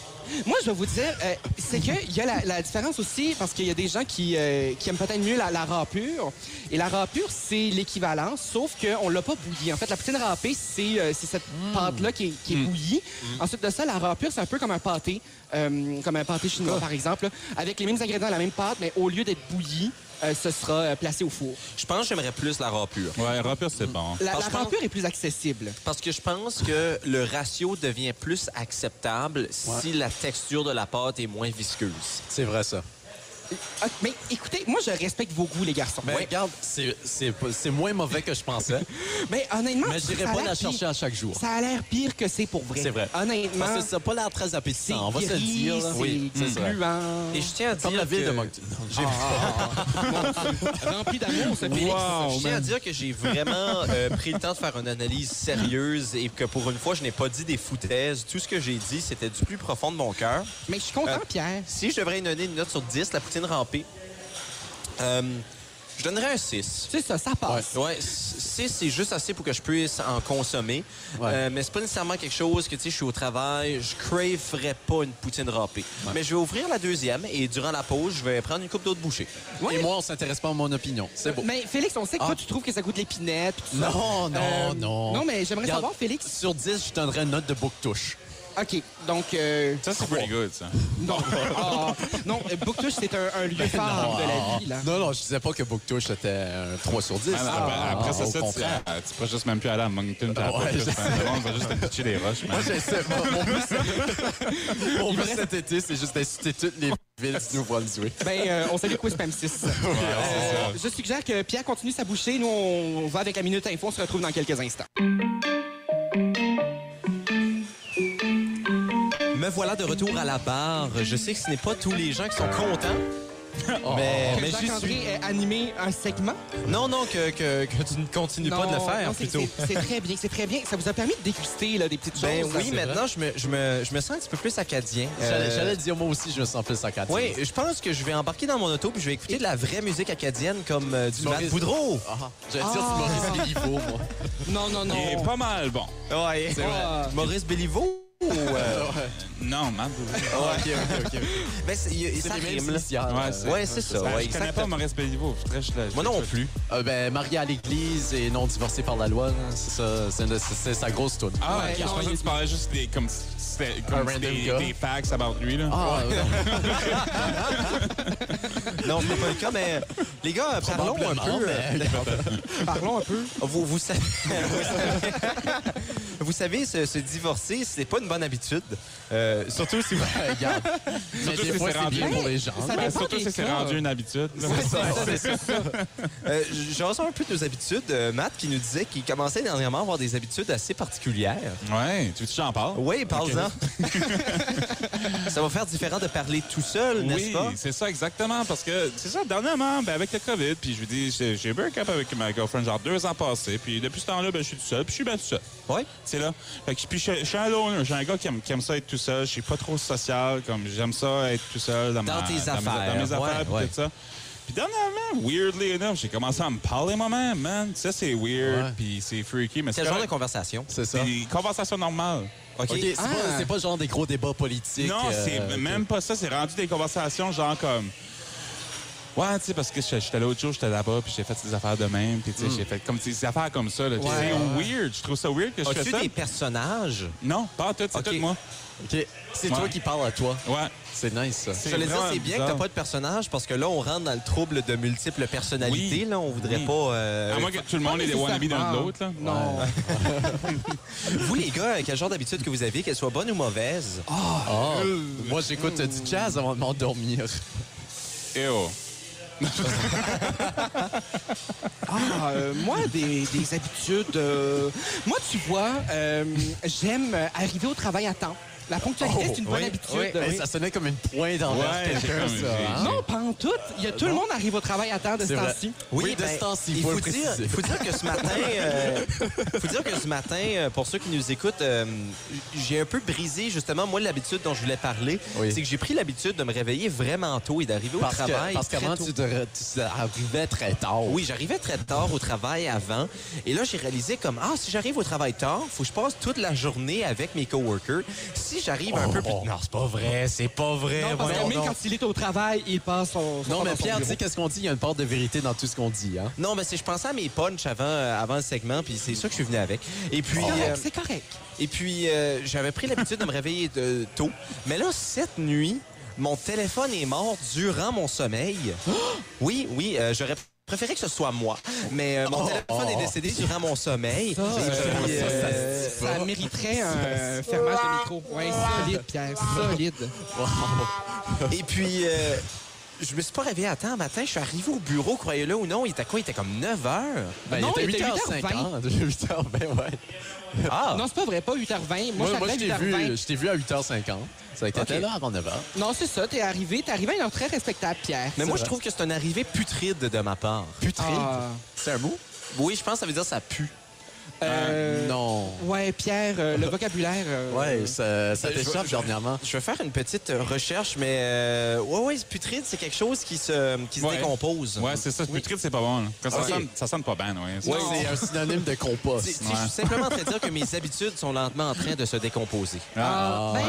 Speaker 4: Moi, je vais vous dire, euh, c'est qu'il y a la, la différence aussi, parce qu'il y a des gens qui, euh, qui aiment peut-être mieux la, la râpure. Et la râpure, c'est l'équivalent, sauf qu'on l'a pas bouillie. En fait, la poutine râpée, c'est euh, c'est cette pâte-là qui, est- qui est bouillie. Ensuite de ça, la râpure, c'est un peu comme un pâté, euh, comme un pâté chinois, par exemple, là, avec les mêmes ingrédients, la même pâte, mais au lieu d'être bouillie, euh, ce sera euh, placé au four.
Speaker 1: Je pense que j'aimerais plus la râpure.
Speaker 5: Ouais, rapure, c'est bon.
Speaker 4: La,
Speaker 1: Parce
Speaker 4: la
Speaker 1: que-
Speaker 4: râpure est plus accessible.
Speaker 1: Parce que je pense que le ratio devient plus acceptable si la texture de la pâte est moins visqueuse.
Speaker 3: C'est vrai, ça.
Speaker 4: Ah, mais écoutez, moi, je respecte vos goûts, les garçons.
Speaker 3: Mais
Speaker 4: Ouais.
Speaker 3: regarde, c'est- c'est pas- c'est moins mauvais que je pensais.
Speaker 4: Mais Ben, honnêtement,
Speaker 3: mais je n'irai
Speaker 4: ça a
Speaker 3: pas
Speaker 4: l'air
Speaker 3: la
Speaker 4: pire.
Speaker 3: chercher à chaque jour.
Speaker 4: Ça a l'air pire que c'est pour vrai.
Speaker 3: C'est vrai.
Speaker 4: Honnêtement,
Speaker 3: Parce que ça n'a pas l'air très
Speaker 4: c'est
Speaker 3: appétissant, on va se le
Speaker 4: gris,
Speaker 3: dire. là.
Speaker 4: c'est
Speaker 3: Oui, c'est ça.
Speaker 4: gluant.
Speaker 1: Et je tiens à dire
Speaker 3: Comme la ville
Speaker 1: que...
Speaker 3: de Moncton. Ah,
Speaker 4: Rempli
Speaker 3: Oh,
Speaker 4: d'amour, ce pays.
Speaker 5: Wow,
Speaker 1: je tiens à dire que j'ai vraiment euh, pris le temps de faire une analyse sérieuse et que pour une fois, je n'ai pas dit des foutaises. Tout ce que j'ai dit, c'était du plus profond de mon cœur.
Speaker 4: Mais je suis content,
Speaker 1: Euh,
Speaker 4: Pierre.
Speaker 1: Si je devrais donner une note sur 10, la poutine rampée, euh, je donnerais un 6.
Speaker 4: C'est ça, ça passe.
Speaker 1: Ouais, 6, c'est juste assez pour que je puisse en consommer.
Speaker 3: Ouais.
Speaker 1: Euh, mais c'est pas nécessairement quelque chose que, tu sais, je suis au travail, je craverais pas une poutine râpée. Mais je vais ouvrir la deuxième et durant la pause, je vais prendre une coupe d'eau de bouchée.
Speaker 3: Et moi, on s'intéresse pas à mon opinion. C'est beau.
Speaker 4: Mais Félix, on sait que
Speaker 3: Ah.
Speaker 4: toi, tu trouves que ça goûte l'épinette. pis tout ça.
Speaker 3: Non, non,
Speaker 4: Euh,
Speaker 3: non.
Speaker 4: Non, mais j'aimerais
Speaker 3: Regarde,
Speaker 4: savoir, Félix.
Speaker 3: Sur 10, je donnerais une note de bouctouche.
Speaker 4: OK, donc... euh,
Speaker 5: Ça, c'est pretty good, ça.
Speaker 4: non, Ah, non euh, Bouctouche, c'est un, un lieu phare de la hein. vie, là.
Speaker 3: Ben, Ah. Non, non, je disais pas que bouctouche c'était un 3 sur 10.
Speaker 5: Ah, non, ben, après, c'est
Speaker 3: au
Speaker 5: ça, tu,
Speaker 3: contraire.
Speaker 5: ah, tu peux juste même plus aller à Moncton. puis à
Speaker 3: Ouais,
Speaker 5: Bouctouche,
Speaker 3: je
Speaker 5: hein. Le monde va juste te pitcher des roches. man.
Speaker 3: Moi, j'essaie. Mon- Mon but, c'est- mon but cet été, c'est juste d'insulter toutes les villes du Nouveau-Brunswick.
Speaker 4: Ben, euh, on salue Quispam 6. Euh, je suggère que Pierre continue sa bouchée. Nous, on va avec la Minute Info. On se retrouve dans quelques instants.
Speaker 1: Me voilà de retour à la barre. Je sais que ce n'est pas tous les gens qui sont contents.
Speaker 3: Oh.
Speaker 1: Mais, mais j'y suis.
Speaker 4: Jacques-André ait animé un segment.
Speaker 1: Non, non, que, que- que tu ne continues pas de le
Speaker 4: Non,
Speaker 1: faire
Speaker 4: non, c'est-
Speaker 1: plutôt.
Speaker 4: c'est- C'est très bien, c'est très bien. Ça vous a permis de déguster là, des petites
Speaker 1: Ben
Speaker 4: choses.
Speaker 1: oui,
Speaker 4: là.
Speaker 1: maintenant, je me, je, me, je me sens un petit peu plus acadien.
Speaker 3: J'allais-
Speaker 1: Euh,
Speaker 3: J'allais dire, moi aussi, je me sens plus acadien.
Speaker 1: Oui, je pense que je vais embarquer dans mon auto puis je vais écouter de la vraie musique acadienne comme euh, du Matt
Speaker 3: Maurice-
Speaker 1: Boudreau.
Speaker 3: Ah, J'allais dire, c'est Maurice Béliveau, moi.
Speaker 4: Non, non, non.
Speaker 5: Il est pas mal bon.
Speaker 1: Ouais.
Speaker 4: Ah,
Speaker 1: Maurice Béliveau. ou, euh,
Speaker 5: Non, man.
Speaker 3: Ah, ok, ok, ok.
Speaker 1: ben, c'est- il- ça
Speaker 3: C'est les mêmes
Speaker 1: rime, là.
Speaker 3: initiales.
Speaker 5: Ouais, c'est-
Speaker 1: Ouais, c'est ça.
Speaker 5: Ah,
Speaker 1: ouais,
Speaker 5: je connais
Speaker 1: exactement.
Speaker 5: pas Maurice Béliveau. Faudrait que je le-
Speaker 1: Moi non plus.
Speaker 3: Euh, ben, marié à l'église et non divorcé par la loi, là, c'est ça, c'est une- c'est- c'est sa grosse toune.
Speaker 5: Ah,
Speaker 4: Ouais, non,
Speaker 5: ok, je pensais
Speaker 4: il-
Speaker 5: que tu parlais juste des, comme si c'était
Speaker 3: Un
Speaker 5: comme si
Speaker 3: random
Speaker 5: des,
Speaker 3: gars.
Speaker 5: des facts about lui. Là.
Speaker 3: Ah, non.
Speaker 1: Non, c'est pas le cas, mais euh, les gars, parlons un
Speaker 3: Probablement,
Speaker 1: peu. euh,
Speaker 4: Parlons un peu.
Speaker 1: Vous, vous savez, vous savez- vous savez, se, se divorcer, c'est pas une bonne habitude. Euh, surtout si vous.
Speaker 4: Ah,
Speaker 3: regarde. Mais
Speaker 5: Surtout
Speaker 3: des
Speaker 5: si
Speaker 3: fois,
Speaker 5: c'est
Speaker 3: c'est bien
Speaker 5: rendu-
Speaker 3: pour les gens.
Speaker 4: Ça
Speaker 5: Ben,
Speaker 4: dépend
Speaker 5: surtout
Speaker 4: des
Speaker 5: si c'est
Speaker 4: cas.
Speaker 5: rendu une habitude. là.
Speaker 1: Euh, j- J'en sens un peu de nos habitudes. Euh, Matt qui nous disait qu'il commençait dernièrement à avoir des habitudes assez particulières.
Speaker 5: Ouais, tu veux que j'en parle?
Speaker 1: Oui, parle-en. Ça va faire différent de parler tout seul, n'est-ce
Speaker 5: Oui,
Speaker 1: pas?
Speaker 5: c'est ça, exactement. Parce que, c'est ça, dernièrement, ben, avec le COVID, puis je lui dis, j'ai- j'ai break up avec ma girlfriend, genre deux ans passés. Puis depuis ce temps-là, ben, je suis tout seul, puis je suis bien tout seul.
Speaker 1: Oui.
Speaker 5: C'est là. Fait que, puis je, je suis un loner. J'ai un gars qui aime, qui aime ça être tout seul. Je suis pas trop social. Comme j'aime ça être tout seul dans, ma-
Speaker 1: Dans tes
Speaker 5: mes-
Speaker 1: affaires,
Speaker 5: dans mes
Speaker 1: ouais,
Speaker 5: affaires, puis
Speaker 1: ouais.
Speaker 5: tout ça. Puis dernièrement, weirdly enough, j'ai commencé à me parler moi-même, man. Ça, c'est weird,
Speaker 3: Ouais.
Speaker 5: puis c'est freaky, mais
Speaker 1: C'est
Speaker 5: c'est
Speaker 1: le genre de
Speaker 5: correct.
Speaker 1: conversation.
Speaker 3: C'est ça.
Speaker 5: Des conversations normales.
Speaker 1: OK.
Speaker 3: Ok, c'est pas, c'est pas genre des gros débats politiques.
Speaker 5: Non,
Speaker 3: euh,
Speaker 5: c'est
Speaker 3: ok.
Speaker 5: même pas ça. C'est rendu des conversations genre comme. Ouais, tu sais, parce que j'étais j'étais l'autre jour, j'étais là-bas, puis j'ai fait des affaires de même, puis tu sais, j'ai fait comme des affaires comme ça. là. C'est weird. Je trouve ça weird que je fais
Speaker 1: As-tu
Speaker 5: ça.
Speaker 1: des personnages?
Speaker 5: Non, pas en tout, c'est
Speaker 1: Ok.
Speaker 5: tout moi.
Speaker 3: Ok, C'est
Speaker 5: Ouais.
Speaker 3: toi qui parles à toi.
Speaker 5: Ouais.
Speaker 3: C'est nice, ça.
Speaker 5: C'est
Speaker 1: Je le dire,
Speaker 5: vraiment
Speaker 1: c'est bien que
Speaker 5: bizarre.
Speaker 1: t'as pas de personnages parce que là, on rentre dans le trouble de multiples personnalités.
Speaker 5: Oui.
Speaker 1: Là, on voudrait
Speaker 5: Oui.
Speaker 1: pas. euh,
Speaker 3: Ah,
Speaker 5: À moins que tout le monde ait des wannabes d'un de l'autre, là.
Speaker 4: Non.
Speaker 1: Vous, les gars, quel genre d'habitude que vous avez, qu'elle soit bonne ou mauvaise?
Speaker 3: Ah, Moi, j'écoute euh, du jazz avant de m'endormir.
Speaker 5: Ew.
Speaker 4: Ah, euh, moi, des, des habitudes. euh, Moi, tu vois, euh, j'aime euh, arriver au travail à temps. La ponctualité, c'est une
Speaker 3: Oh,
Speaker 4: bonne
Speaker 1: oui,
Speaker 4: habitude.
Speaker 1: oui.
Speaker 3: Hey, Ben, Ça sonnait comme une pointe envers
Speaker 5: Ouais,
Speaker 3: quelqu'un,
Speaker 5: c'est comme-
Speaker 3: ça. hein?
Speaker 4: Non, pas en tout. Il y a, tout le monde arrive au travail à temps de ce
Speaker 3: vrai.
Speaker 4: temps-ci.
Speaker 3: Oui, ben, de ce temps-ci,
Speaker 1: ben, il
Speaker 3: faut
Speaker 1: faut,
Speaker 3: le
Speaker 1: dire,
Speaker 3: préciser.
Speaker 1: il faut dire que ce matin, euh, faut dire que ce matin, euh, pour ceux qui nous écoutent, euh, j'ai un peu brisé justement moi l'habitude dont je voulais parler,
Speaker 3: Oui.
Speaker 1: c'est que j'ai pris l'habitude de me réveiller vraiment tôt et d'arriver au
Speaker 3: Parce que-
Speaker 1: travail.
Speaker 3: parce
Speaker 1: très
Speaker 3: qu'avant,
Speaker 1: tôt.
Speaker 3: tu, te- tu arrivais très tard.
Speaker 1: Oui, j'arrivais très tard au travail avant. Et là, j'ai réalisé comme, ah, si j'arrive au travail tard, faut que je passe toute la journée avec mes coworkers. Si j'arrive un peu plus...
Speaker 4: Oh.
Speaker 1: Non, c'est pas vrai, c'est pas vrai.
Speaker 4: Non, parce
Speaker 1: voyons
Speaker 4: que même
Speaker 1: donc.
Speaker 4: quand il est au travail, il passe son. son
Speaker 3: Non,
Speaker 4: temps
Speaker 3: mais
Speaker 4: dans son
Speaker 3: Pierre, tu
Speaker 4: bureau.
Speaker 3: sais qu'est-ce qu'on dit? Il y a une part de vérité dans tout ce qu'on dit. Hein?
Speaker 1: Non, mais c'est je pensais à mes punchs avant, euh, avant le segment, puis c'est ça que je suis venu avec. Et puis,
Speaker 4: C'est
Speaker 1: euh,
Speaker 4: correct, c'est correct.
Speaker 1: et puis euh, j'avais pris l'habitude de me réveiller de, tôt. Mais là, cette nuit, mon téléphone est mort durant mon sommeil. Oui, oui, euh, j'aurais préféré que ce soit moi. Mais euh, mon téléphone est décédé durant mon sommeil.
Speaker 4: Oh. Ça,
Speaker 1: Et
Speaker 4: euh,
Speaker 1: puis,
Speaker 4: ça,
Speaker 1: euh,
Speaker 4: ça mériterait un fermage de micro. Ouais, solide, Pierre, solide.
Speaker 1: Et puis, euh, je me suis pas réveillé à temps le matin. Je suis arrivé au bureau, croyez-le ou non. Il était quoi? Il était comme 9 h.
Speaker 3: Ben,
Speaker 4: Non,
Speaker 3: il
Speaker 4: il
Speaker 3: était
Speaker 4: était
Speaker 3: 8h50. 8h20, ouais.
Speaker 1: Ah!
Speaker 4: Non, c'est pas vrai, pas 8h20. Moi,
Speaker 3: Moi, moi, je
Speaker 4: j'arrive
Speaker 3: t'ai
Speaker 4: à 8h20.
Speaker 1: euh,
Speaker 3: vu, je t'ai vu à 8h50. Ça
Speaker 1: Ok.
Speaker 3: était là avant 9h.
Speaker 4: Non, c'est ça, t'es arrivé. T'es arrivé à une heure très respectable, Pierre.
Speaker 1: mais moi, je trouve que c'est une arrivée putride de ma part.
Speaker 3: Putride.
Speaker 4: Ah.
Speaker 3: C'est un mot?
Speaker 1: Oui, je pense que ça veut dire ça pue. Ah,
Speaker 4: Euh,
Speaker 3: Non.
Speaker 4: Ouais, Pierre, euh, le vocabulaire. euh,
Speaker 3: Ouais, ça, ça
Speaker 1: Euh, je vois-
Speaker 3: t'échappe
Speaker 1: je-
Speaker 3: dernièrement.
Speaker 1: Je vais faire une petite euh, recherche, mais euh, ouais, ouais, c'est putride, c'est quelque chose qui se, qui se
Speaker 5: Ouais.
Speaker 1: décompose.
Speaker 5: Ouais, c'est ça. Putride, c'est pas bon. là. Quand ça,
Speaker 1: Ok.
Speaker 5: sonne, ça sonne pas bien, ouais.
Speaker 3: Ouais, c'est un synonyme de
Speaker 1: Tu-
Speaker 3: compost.
Speaker 1: tu- Je suis simplement en train de dire que mes habitudes sont lentement en train de se décomposer.
Speaker 4: Ah, ben,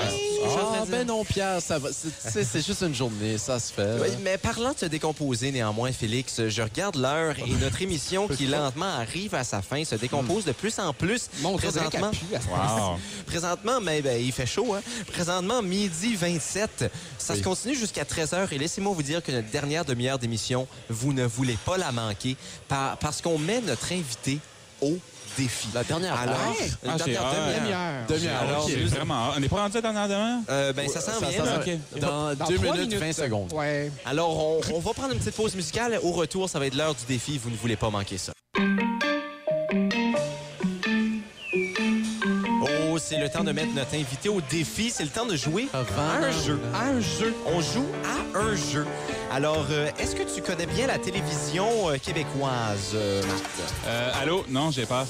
Speaker 3: Ah, ben non, Pierre, ça va. C'est- tu sais, C'est juste une journée, ça se fait.
Speaker 1: Oui, mais parlant de se décomposer, néanmoins, Félix, je regarde l'heure et notre émission qui lentement arrive à sa fin se décompose de plus en plus.
Speaker 4: Mon Dieu, c'est vrai qu'elle
Speaker 1: présentement,
Speaker 4: pue, elle-
Speaker 5: Wow.
Speaker 1: présentement mais, ben, il fait chaud. Hein? Présentement, midi 27. Ça se continue jusqu'à 13h. Et laissez-moi vous dire que notre dernière demi-heure d'émission, vous ne voulez pas la manquer par- parce qu'on met notre invité au défi.
Speaker 3: La dernière
Speaker 1: Alors,
Speaker 3: heure.
Speaker 1: la
Speaker 5: Ah, j'ai
Speaker 1: dernière
Speaker 5: hâte.
Speaker 1: demi-heure.
Speaker 4: Demi-heure.
Speaker 3: Demi-heure.
Speaker 5: Alors,
Speaker 3: ok.
Speaker 5: j'ai vraiment hâte. On n'est pas rendu à dernière demain?
Speaker 1: Euh, ben, ça s'en
Speaker 3: Ça
Speaker 1: vient.
Speaker 3: s'en
Speaker 1: là.
Speaker 3: va.
Speaker 5: Ok.
Speaker 3: Dans
Speaker 4: Dans
Speaker 3: 2
Speaker 4: trois
Speaker 3: minutes, 20 secondes.
Speaker 4: Ouais.
Speaker 1: Alors, on, on va prendre une petite pause musicale. Au retour, ça va être l'heure du défi. Vous ne voulez pas manquer ça. Oh, c'est le temps de mettre notre invité au défi. C'est le temps de jouer à
Speaker 3: Avant
Speaker 1: un
Speaker 3: la
Speaker 1: jeu. À un jeu. On joue à un jeu. Alors, euh, est-ce que tu connais bien la télévision euh, québécoise, euh, Marthe?
Speaker 5: Euh, allô? Non, j'ai peur.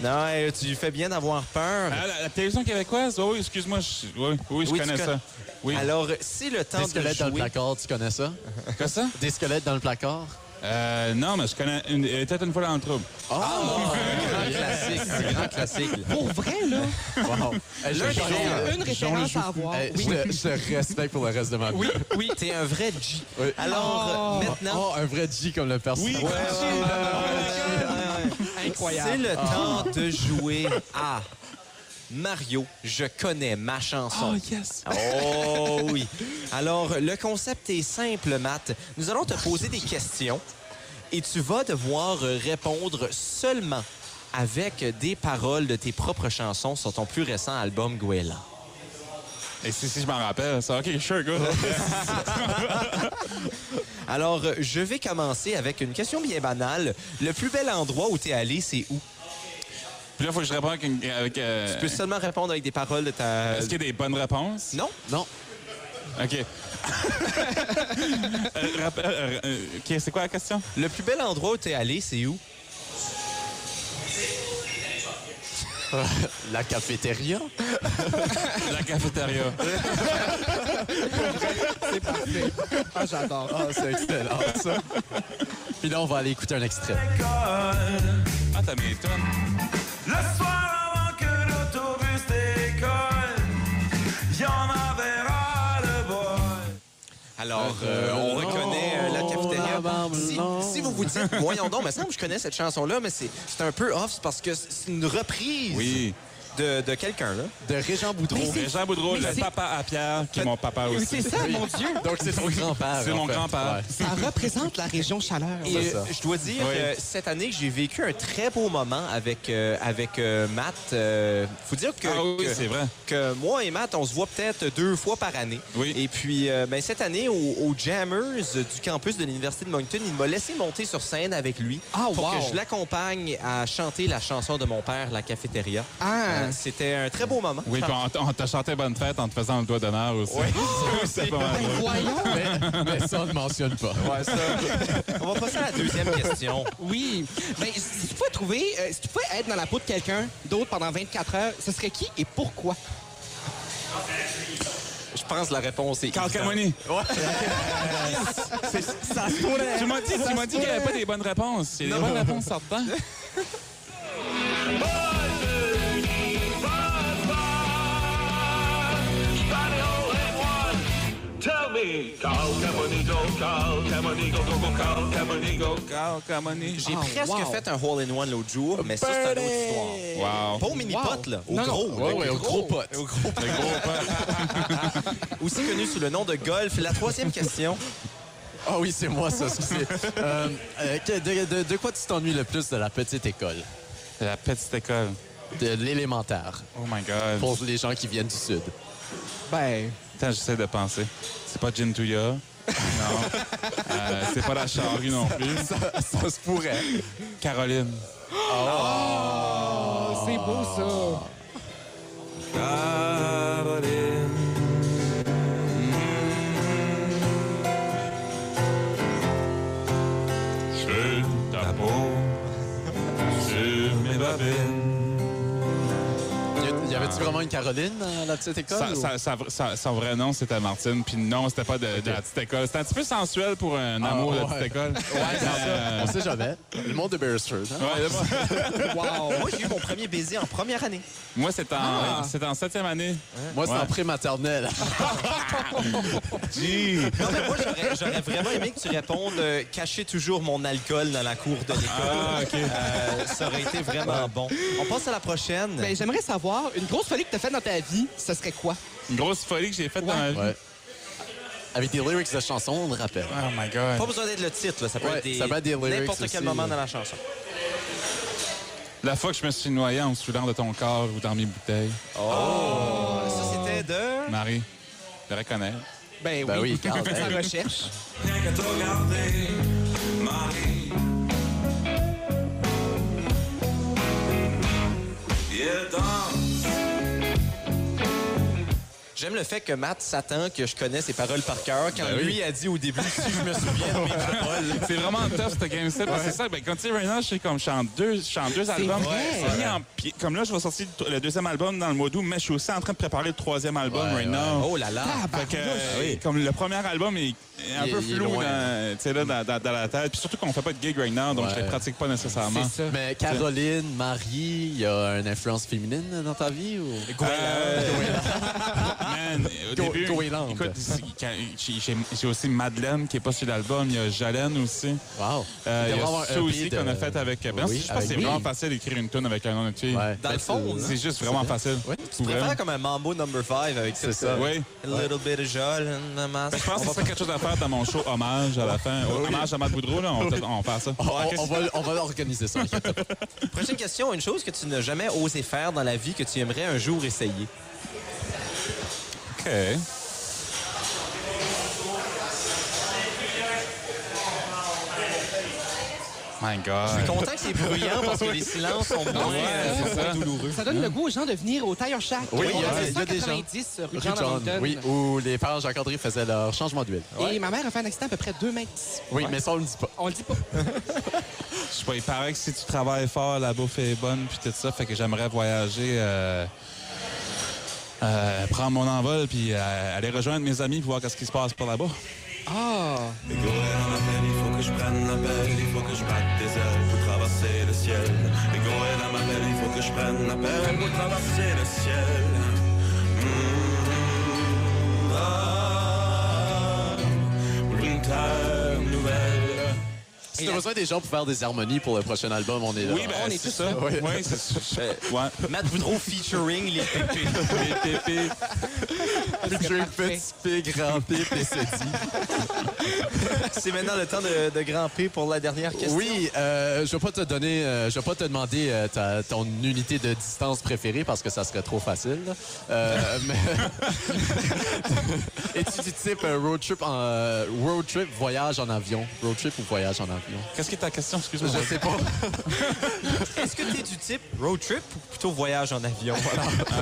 Speaker 1: Non, euh, tu fais bien d'avoir peur.
Speaker 5: Ah, la, la télévision québécoise? Oh, oui, excuse-moi. je- Oui, oui, je
Speaker 1: Oui, tu
Speaker 5: connais
Speaker 1: con-
Speaker 5: ça. Oui.
Speaker 1: Alors, euh, c'est le temps
Speaker 3: Des
Speaker 1: de
Speaker 3: squelettes dans le
Speaker 1: jouer.
Speaker 3: placard, tu connais ça?
Speaker 5: Quoi ça?
Speaker 3: Des squelettes dans le placard?
Speaker 5: Euh, non, mais je connais. Une... Elle était une fois dans le trouble.
Speaker 1: Un classique, un grand classique.
Speaker 4: Pour vrai, là,
Speaker 3: Wow. Hey, je-
Speaker 1: L'un des
Speaker 3: je-
Speaker 1: meilleurs.
Speaker 3: je-
Speaker 4: une référence à avoir.
Speaker 1: Eh,
Speaker 3: Hey,
Speaker 4: oui.
Speaker 3: je, te- je te respecte pour le reste de ma vie.
Speaker 1: Oui, oui, t'es un vrai G.
Speaker 3: Oui.
Speaker 1: Alors, euh,
Speaker 4: Oh.
Speaker 1: maintenant,
Speaker 3: Oh, un vrai G comme le personnage.
Speaker 1: Ouais, ouais, ouais, ouais, ouais, ouais. Ah. C'est
Speaker 4: Incroyable.
Speaker 1: le temps de jouer à Mario, je connais ma chanson. Oh, yes! Oh, oui. Alors, le concept est simple, Matt. Nous allons te poser des questions et tu vas devoir répondre seulement avec des paroles de tes propres chansons sur ton plus récent album, Gwella.
Speaker 5: Et si, si je m'en rappelle, ça. OK, sure, go.
Speaker 1: Alors, je vais commencer avec une question bien banale. Le plus bel endroit où t'es allé, c'est où?
Speaker 5: Puis là, faut que je réponde avec. une- avec, euh,
Speaker 1: Tu peux seulement répondre avec des paroles de ta...
Speaker 5: Est-ce qu'il y a des bonnes réponses?
Speaker 1: Non?
Speaker 3: Non,
Speaker 5: OK. Euh, rappel- euh, euh, OK, c'est quoi la question?
Speaker 1: Le plus bel endroit où t'es allé, c'est où?
Speaker 3: la cafétéria.
Speaker 5: La cafétéria.
Speaker 4: Ah, j'adore.
Speaker 3: Ah, c'est excellent, ça. Puis là, on va aller écouter un extrait.
Speaker 5: Ah, t'as mes tonnes.
Speaker 9: Le soir avant que l'autobus décolle, y'en avait ras le bol.
Speaker 1: Alors, euh, on reconnaît euh, la cafétéria.
Speaker 3: la barbe,
Speaker 1: Si,
Speaker 3: non.
Speaker 1: si vous vous dites, voyons donc, mais semble que je connais cette chanson-là, mais c'est c'est un peu off, c'est parce que c'est une reprise.
Speaker 5: Oui.
Speaker 1: de, de quelqu'un, là.
Speaker 3: De Régent Boudreau.
Speaker 4: Mais c'est-
Speaker 5: Jean Boudreau,
Speaker 4: mais
Speaker 5: le
Speaker 4: c'est-
Speaker 5: papa à Pierre, qui est mon papa
Speaker 4: Oui,
Speaker 5: aussi.
Speaker 4: c'est ça, mon Dieu.
Speaker 3: Donc, c'est ton grand-père.
Speaker 5: C'est
Speaker 3: en
Speaker 5: mon
Speaker 3: fait.
Speaker 5: grand-père.
Speaker 3: Ouais.
Speaker 4: Ça représente la région chaleur.
Speaker 1: Et
Speaker 3: C'est ça.
Speaker 1: euh, je dois dire
Speaker 5: Oui.
Speaker 1: que cette année, j'ai vécu un très beau moment avec, euh, avec euh, Matt. Euh, faut dire que,
Speaker 5: Ah oui,
Speaker 1: que-
Speaker 5: c'est vrai.
Speaker 1: que moi et Matt, on se voit peut-être deux fois par année.
Speaker 5: Oui.
Speaker 1: Et puis, euh, ben, cette année, au, au Jammers du campus de l'Université de Moncton, il m'a laissé monter sur scène avec lui
Speaker 4: Ah,
Speaker 1: pour
Speaker 4: wow.
Speaker 1: que je l'accompagne à chanter la chanson de mon père, La Cafétéria.
Speaker 4: Ah,
Speaker 1: Euh, C'était un très beau moment.
Speaker 5: Oui, puis on, on t'a chanté bonne fête en te faisant le doigt d'honneur aussi.
Speaker 1: Oui.
Speaker 5: c'est pas mal. drôle.
Speaker 4: voyons.
Speaker 3: Mais, mais ça, on ne mentionne pas.
Speaker 1: Ouais, ça. on va passer à la deuxième question.
Speaker 4: Oui. Ben, si tu pouvais trouver, euh, si tu pouvais être dans la peau de quelqu'un d'autre pendant 24 heures, ce serait qui et pourquoi?
Speaker 1: Je pense que la réponse est.
Speaker 5: Carl
Speaker 1: évidente.
Speaker 5: Camoni. Tu m'as dit, tu m'as dit qu'il n'y avait pas des bonnes réponses. Il y a des bonnes réponses sortant.
Speaker 9: Tell me, Carl Camonigo, Carl Camonigo, go, go, Carl Camonigo.
Speaker 5: Carl Camoni.
Speaker 1: J'ai
Speaker 4: Ah,
Speaker 1: presque
Speaker 4: wow.
Speaker 1: fait un hole-in-one l'autre jour, mais ça, c'est une autre histoire.
Speaker 5: Wow.
Speaker 1: Pas au mini-pot, là. Au
Speaker 4: Non, non.
Speaker 1: gros.
Speaker 3: Ouais,
Speaker 1: le
Speaker 3: ouais, au gros pote.
Speaker 1: Au gros pot.
Speaker 5: Le gros pas.
Speaker 1: Aussi connu sous le nom de golf. La troisième question.
Speaker 3: Ah oui, c'est moi, ça. c'est- c'est- Euh, euh, que- de, de- de quoi tu t'ennuies le plus de la petite école?
Speaker 5: La petite école.
Speaker 3: De l'élémentaire,
Speaker 5: Oh my God.
Speaker 3: pour les gens qui viennent du Sud.
Speaker 4: Ben,
Speaker 5: Attends, j'essaie de penser. C'est pas Gin Touya. Non. Euh, c'est pas la charrue non plus.
Speaker 3: Ça, ça se pourrait.
Speaker 5: Caroline.
Speaker 4: Oh!
Speaker 5: Oh!
Speaker 4: c'est beau ça.
Speaker 9: Sur ta peau, sur mes babines.
Speaker 3: Y, y avait-tu vraiment une Caroline à la petite école?
Speaker 5: Sa-
Speaker 3: ou-
Speaker 5: sa- sa- sa- son vrai nom, c'était Martine. Puis non, c'était pas de, de la petite école. C'était un petit peu sensuel pour un
Speaker 4: Ah,
Speaker 5: amour de la petite
Speaker 3: ouais.
Speaker 5: école.
Speaker 3: Ouais, c'est ça.
Speaker 5: Euh,
Speaker 3: On sait jamais. Le monde de Beresford. hein?
Speaker 5: Ouais, c'est ça.
Speaker 4: Wow.
Speaker 1: Moi, j'ai eu mon premier baiser en première année.
Speaker 5: Moi, c'est en,
Speaker 4: Ah.
Speaker 5: c'est en septième année.
Speaker 3: Moi, c'est
Speaker 5: Ouais.
Speaker 3: en pré-maternelle.
Speaker 1: Non, mais moi, j'aurais- j'aurais vraiment aimé que tu répondes euh, Cachez toujours mon alcool dans la cour de l'école.
Speaker 5: Ah, OK.
Speaker 1: Euh, ça aurait été vraiment bon. On passe à la prochaine.
Speaker 4: Ben, j'aimerais savoir, une grosse folie que t'as faite dans ta vie, ce serait quoi?
Speaker 5: Une grosse folie que j'ai faite dans ma vie.
Speaker 3: Ouais. Avec des lyrics de chansons, on le rappelle.
Speaker 5: Oh my God.
Speaker 1: Pas besoin d'être le titre, là. ça peut
Speaker 3: Ouais,
Speaker 1: être des-
Speaker 3: ça peut être des lyrics
Speaker 1: n'importe quel
Speaker 3: aussi,
Speaker 1: moment
Speaker 3: là.
Speaker 1: dans la chanson.
Speaker 5: La fois que je me suis noyé en me saoulant de ton corps ou dans mes bouteilles.
Speaker 1: Ça, c'était de...
Speaker 5: Marie, je le reconnais.
Speaker 4: Ben oui,
Speaker 3: Ben oui, quand
Speaker 4: Sa
Speaker 3: même.
Speaker 4: recherche.
Speaker 9: Rien que te regarder, Marie. Il danse.
Speaker 1: J'aime le fait que Matt s'attend que je connais ses paroles par cœur quand
Speaker 3: Ben
Speaker 1: lui a dit au début si je me souviens de mes paroles.
Speaker 5: C'est vraiment tough, ce game set. parce que C'est ça, ben, quand tu sais, right now, je sais comme je chante deux, je chante deux albums.
Speaker 4: vrai.
Speaker 5: C'est mis en pied. Comme là, je vais sortir le le deuxième album dans le mois d'août, mais je suis aussi en train de préparer le troisième album
Speaker 3: Ouais,
Speaker 5: right
Speaker 3: ouais.
Speaker 5: now.
Speaker 1: Oh là là.
Speaker 5: Fait que, euh, comme le premier album est est un
Speaker 3: Il-
Speaker 5: peu
Speaker 3: il est
Speaker 5: flou
Speaker 3: loin.
Speaker 5: dans, tu sais, là, dans, dans- dans la tête. Puis surtout qu'on fait pas de gig right now, donc
Speaker 3: Ouais.
Speaker 5: je les pratique pas nécessairement.
Speaker 4: C'est ça.
Speaker 3: Mais Caroline, Marie, il y a une influence féminine dans ta vie? Ou...
Speaker 5: Euh, man, au
Speaker 3: Go-
Speaker 5: début,
Speaker 3: Goéland.
Speaker 5: écoute, c'est- quand- j'ai- j'ai- j'ai aussi Madeleine qui est pas sur l'album. Il y a Jalen aussi.
Speaker 3: Wow.
Speaker 5: Euh, il y a ça
Speaker 3: EP
Speaker 5: aussi
Speaker 3: de-
Speaker 5: qu'on a fait avec... Ben,
Speaker 3: Oui,
Speaker 5: je pense que c'est
Speaker 3: avec-
Speaker 5: vraiment
Speaker 3: oui.
Speaker 5: facile d'écrire une tune avec un nom de fille.
Speaker 3: Ouais.
Speaker 1: Dans le fond, hein?
Speaker 3: C'est-
Speaker 5: C'est juste vraiment facile.
Speaker 3: Ouais.
Speaker 1: Tu préfères comme un mambo number 5 avec
Speaker 3: C'est
Speaker 1: ça.
Speaker 3: ça. Ben,
Speaker 5: Oui.
Speaker 1: A little bit of jol and a mask.
Speaker 5: Je pense que c'est quelque chose à faire dans mon show Hommage à la fin. Hommage à Matt Boudreau, là, on, on fait ça.
Speaker 3: On, on- on va, on va organiser ça. inquiète pas.
Speaker 1: Prochaine question, une chose que tu n'as jamais osé faire dans la vie que tu aimerais un jour essayer.
Speaker 5: OK. My
Speaker 1: Je
Speaker 5: God.
Speaker 1: suis content que c'est bruyant parce que les silences sont moins, euh,
Speaker 5: c'est
Speaker 1: sont moins
Speaker 5: ça.
Speaker 1: douloureux.
Speaker 4: Ça donne le goût aux gens de venir au Tire Shack.
Speaker 3: Oui,
Speaker 4: on
Speaker 3: il y a-
Speaker 4: fait
Speaker 3: il y a des gens.
Speaker 4: 190 rue
Speaker 3: Rue
Speaker 4: John
Speaker 3: John,
Speaker 4: Arlington.
Speaker 3: oui, où les parents Jacques-André faisaient leur changement d'huile.
Speaker 4: Et ma mère a fait un accident à peu près 2 mètres.
Speaker 3: Oui, mais ça, on le dit pas.
Speaker 4: On le dit pas.
Speaker 5: Je sais pas, il paraît que si tu travailles fort, la bouffe est bonne, puis tout ça. Fait que j'aimerais voyager, euh, euh, prendre mon envol, puis euh, aller rejoindre mes amis pour voir qu'est-ce qui se passe par là-bas.
Speaker 4: Ah,
Speaker 9: Les gros en appel, il faut que je prenne la pelle, il faut que je batte des ailes pour traverser le ciel. Les gros dans ma pelle, il faut que je prenne la pelle pour traverser le ciel. Mmh, ah, pour une terre nouvelle.
Speaker 3: Si
Speaker 1: Et
Speaker 3: t'as
Speaker 1: la-
Speaker 3: besoin des gens pour faire des harmonies pour le prochain album, on est là.
Speaker 5: Oui, ben,
Speaker 3: on
Speaker 5: c'est
Speaker 3: est tous
Speaker 5: ça.
Speaker 3: là.
Speaker 5: Oui, c'est ça. Ouais.
Speaker 1: Matt Boudreau featuring les pépés.
Speaker 3: les pépés. Featuring
Speaker 4: parfait.
Speaker 3: Petit P, Grand P, Pessetti.
Speaker 1: C'est maintenant le temps de, de Grand P pour la dernière question.
Speaker 3: Oui, euh, je vais pas te donner, euh, je vais pas te demander euh, ta- ton unité de distance préférée parce que ça serait trop facile. là. Euh, mais... Es-tu du type euh, road trip, en, euh, road trip, voyage en avion, road trip ou voyage en avion
Speaker 5: Qu'est-ce qui est ta question? Excuse-moi.
Speaker 3: Je sais pas.
Speaker 1: Est-ce que tu es du type road trip ou plutôt voyage en avion?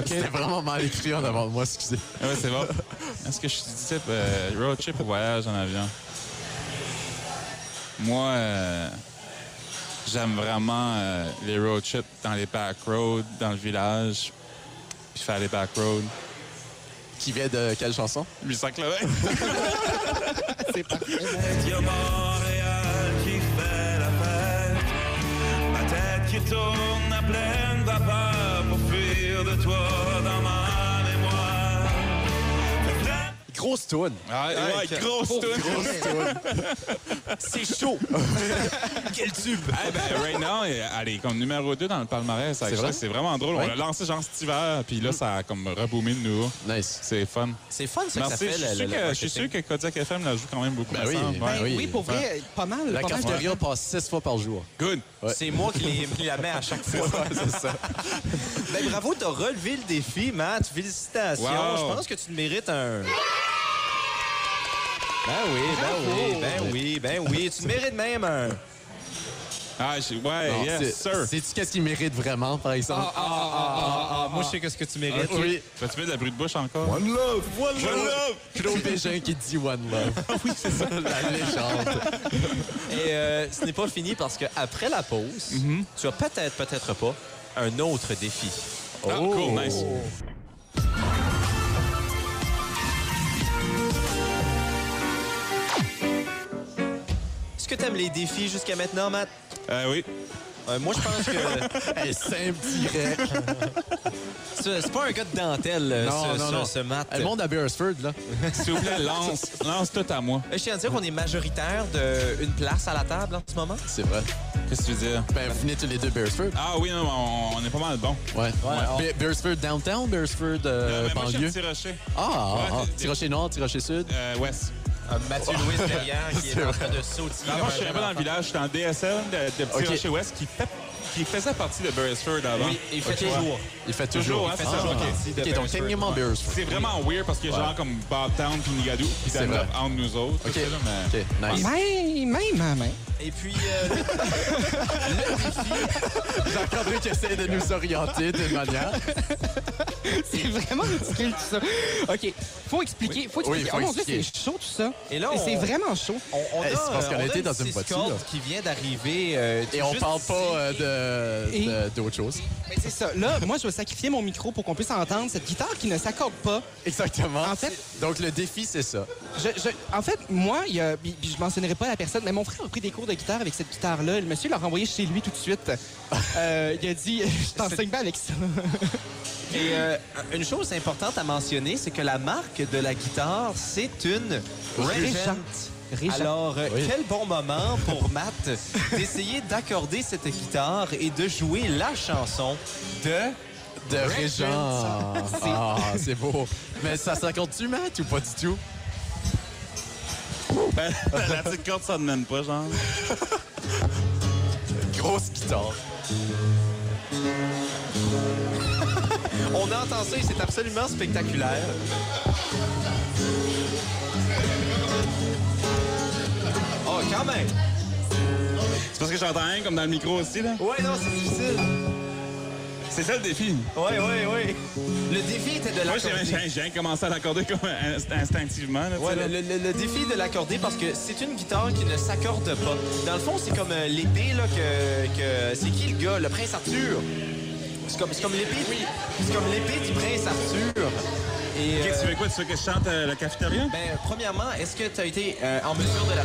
Speaker 3: C'était vraiment mal écrit en avant de moi, excusez.
Speaker 5: Ah ouais, c'est bon. Est-ce que je suis du type euh, road trip ou voyage en avion? Moi, euh, j'aime vraiment euh, les road trips dans les back roads, dans le village, puis faire les back roads.
Speaker 3: Qui vient de quelle chanson
Speaker 5: 800 km.
Speaker 9: Il y a Montréal qui fait la fête. Ma tête qui tourne à pleine vapeur pour fuir de toi dans ma mémoire.
Speaker 3: Grosse tune.
Speaker 5: Ah, ouais, grosse tune.
Speaker 1: C'est chaud! Quel tube!
Speaker 5: Eh ben, right now, elle est comme numéro 2 dans le palmarès.
Speaker 3: C'est vrai?
Speaker 5: C'est vraiment drôle.
Speaker 3: Ouais. Mm.
Speaker 5: On l'a lancé genre cet hiver, puis là, ça a comme reboomé de nouveau.
Speaker 3: Nice.
Speaker 5: C'est fun.
Speaker 1: C'est fun, ça,
Speaker 5: Merci.
Speaker 1: que ça fait.
Speaker 5: Je suis
Speaker 1: le- le-
Speaker 5: sûr
Speaker 1: le
Speaker 5: que- je suis sûr que Kodiak FM la joue quand même beaucoup.
Speaker 3: Ben
Speaker 5: me
Speaker 3: oui,
Speaker 5: semble.
Speaker 3: ben
Speaker 5: Ouais.
Speaker 3: oui.
Speaker 4: Oui, pour vrai, pas mal.
Speaker 3: La
Speaker 4: pas mal.
Speaker 3: cafétéria passe six fois par jour.
Speaker 5: Good.
Speaker 3: Ouais.
Speaker 1: C'est moi qui l'ai mis la main à chaque fois.
Speaker 3: c'est ça.
Speaker 1: Ben, bravo, t'as relevé le défi, Matt. Félicitations.
Speaker 5: Wow.
Speaker 1: Je pense que tu te mérites un. Ben oui, ben oui, ben oui, ben oui. Tu te mérites même un.
Speaker 5: Ah, j'ai- ouais,
Speaker 3: Non,
Speaker 5: yes,
Speaker 3: c'est-
Speaker 5: sir.
Speaker 3: Sais-tu qu'est-ce qu'il mérite vraiment, par exemple
Speaker 1: moi, je sais que ce que tu mérites.
Speaker 3: Oui.
Speaker 5: Vas-tu mettre de la bruit de bouche encore?
Speaker 2: One love!
Speaker 5: One love!
Speaker 3: Claude Bégin qui dit One Love. oui, c'est ça. La légende.
Speaker 1: Et euh, ce n'est pas fini parce qu'après la pause,
Speaker 3: Mhm.
Speaker 1: tu as peut-être, peut-être pas, un autre défi.
Speaker 5: Ah,
Speaker 3: oh.
Speaker 5: cool, nice.
Speaker 1: Est-ce que t'aimes les défis jusqu'à maintenant, Matt?
Speaker 5: Euh, oui.
Speaker 1: Euh, moi, je pense que
Speaker 3: Elle est simple, direct.
Speaker 1: ce- c'est pas un gars de dentelle, euh, ce, ce- ce Matt.
Speaker 3: Le monde à Beresford, là.
Speaker 5: S'il vous plaît, lance, lance tout à moi.
Speaker 1: Euh, Je tiens à dire qu'on est majoritaire d'une place à la table en ce moment.
Speaker 3: C'est vrai.
Speaker 5: Qu'est-ce que tu veux dire?
Speaker 3: Ben, vous venez tous les deux Beresford.
Speaker 5: Ah oui, non, on, on est pas mal bon.
Speaker 3: Ouais. Be- Beresford downtown, Beresford euh,
Speaker 5: moi, je suis
Speaker 3: banlieue.
Speaker 5: un petit rocher.
Speaker 3: Ah, ah,
Speaker 5: Ouais,
Speaker 3: ah.
Speaker 5: t'es-
Speaker 3: Tirocher Nord, Tirocher Sud.
Speaker 5: Euh, ouest.
Speaker 1: Euh, Mathieu Louis derrière qui est en train de sauter.
Speaker 5: Avant, je suis pas dans le village. J'étais en DSL de, de Petit
Speaker 3: Ok.
Speaker 5: Rocher Ouest qui, fait- qui faisait partie de Beresford avant.
Speaker 1: Oui, il fait
Speaker 5: Ok.
Speaker 1: toujours.
Speaker 3: Il fait toujours.
Speaker 5: Toujours, hein,
Speaker 3: Il
Speaker 5: fait ça, ok.
Speaker 3: Ok, donc techniquement Beresford.
Speaker 5: C'est vraiment weird parce qu'il y a genre comme Bobtown puis Nigadou puis
Speaker 3: C'est
Speaker 5: Dunlop
Speaker 3: vrai.
Speaker 5: entre nous autres. tout
Speaker 3: Ok,
Speaker 5: ça, là, mais-
Speaker 3: ok, nice.
Speaker 4: Même, même, hein, même.
Speaker 1: Et puis, euh,
Speaker 3: Eh, Jacques-André qui essaie de nous orienter d'une manière.
Speaker 4: C'est vraiment ridicule tout ça. OK, faut expliquer. Faut expliquer.
Speaker 3: Oui, faut
Speaker 4: oh mon Dieu,
Speaker 3: expliquer.
Speaker 4: c'est chaud tout ça.
Speaker 1: Et là,
Speaker 4: Mais C'est
Speaker 1: on-
Speaker 4: vraiment chaud.
Speaker 1: on, on a,
Speaker 3: Eh, c'est parce qu'on
Speaker 1: euh, on
Speaker 3: a été
Speaker 1: a
Speaker 3: dans une
Speaker 1: six
Speaker 3: voiture.
Speaker 1: cordes qui vient d'arriver. euh, tout
Speaker 3: Et on
Speaker 1: juste
Speaker 3: parle
Speaker 1: ici.
Speaker 3: pas euh, de-
Speaker 4: Et-
Speaker 3: de- d'autre chose.
Speaker 4: Mais c'est ça. Là, moi, je vais sacrifier mon micro pour qu'on puisse entendre cette guitare qui ne s'accorde pas.
Speaker 3: Exactement.
Speaker 4: En fait-
Speaker 3: Donc, le défi, c'est ça.
Speaker 4: Je, je- en fait, moi, il y a, puis- puis je mentionnerai pas la personne, mais mon frère a pris des cours de guitare avec cette guitare-là. Le monsieur l'a renvoyé chez lui tout de suite. Euh, il a dit, je t'enseigne pas avec ça.
Speaker 1: Et euh, une chose importante à mentionner, c'est que la marque de la guitare, c'est une Regent.
Speaker 4: Régent.
Speaker 1: Alors, euh,
Speaker 3: Oui.
Speaker 1: quel bon moment pour Matt d'essayer d'accorder cette guitare et de jouer la chanson de...
Speaker 3: De Régent. Ah, c'est beau. Mais ça s'accorde-tu, Matt, ou pas du tout?
Speaker 5: Ben, la petite corde, ça ne mène pas, genre.
Speaker 3: Grosse guitare.
Speaker 1: On entend ça et c'est absolument spectaculaire. Oh, quand même!
Speaker 5: C'est parce que j'entends rien comme dans le micro aussi, là.
Speaker 1: Ouais, non, c'est difficile.
Speaker 5: C'est ça le défi.
Speaker 1: Ouais, ouais, ouais. Le défi était de
Speaker 5: Moi, j'ai-
Speaker 1: l'accorder.
Speaker 5: j'ai j'ai commencé à l'accorder comme inst- instinctivement. Là, tu sais,
Speaker 1: Ouais,
Speaker 5: là.
Speaker 1: le, le- le défi de l'accorder parce que c'est une guitare qui ne s'accorde pas. Dans le fond, c'est comme euh, l'épée là que, que- c'est qui le gars, le prince Arthur. C'est comme c'est comme l'épée. C'est comme l'épée du prince Arthur. Et
Speaker 5: Qu'est-ce que tu
Speaker 1: euh,
Speaker 5: veux quoi? Tu veux que je chante euh, la cafétéria?
Speaker 1: ben premièrement, est-ce que tu as été euh, en mesure de la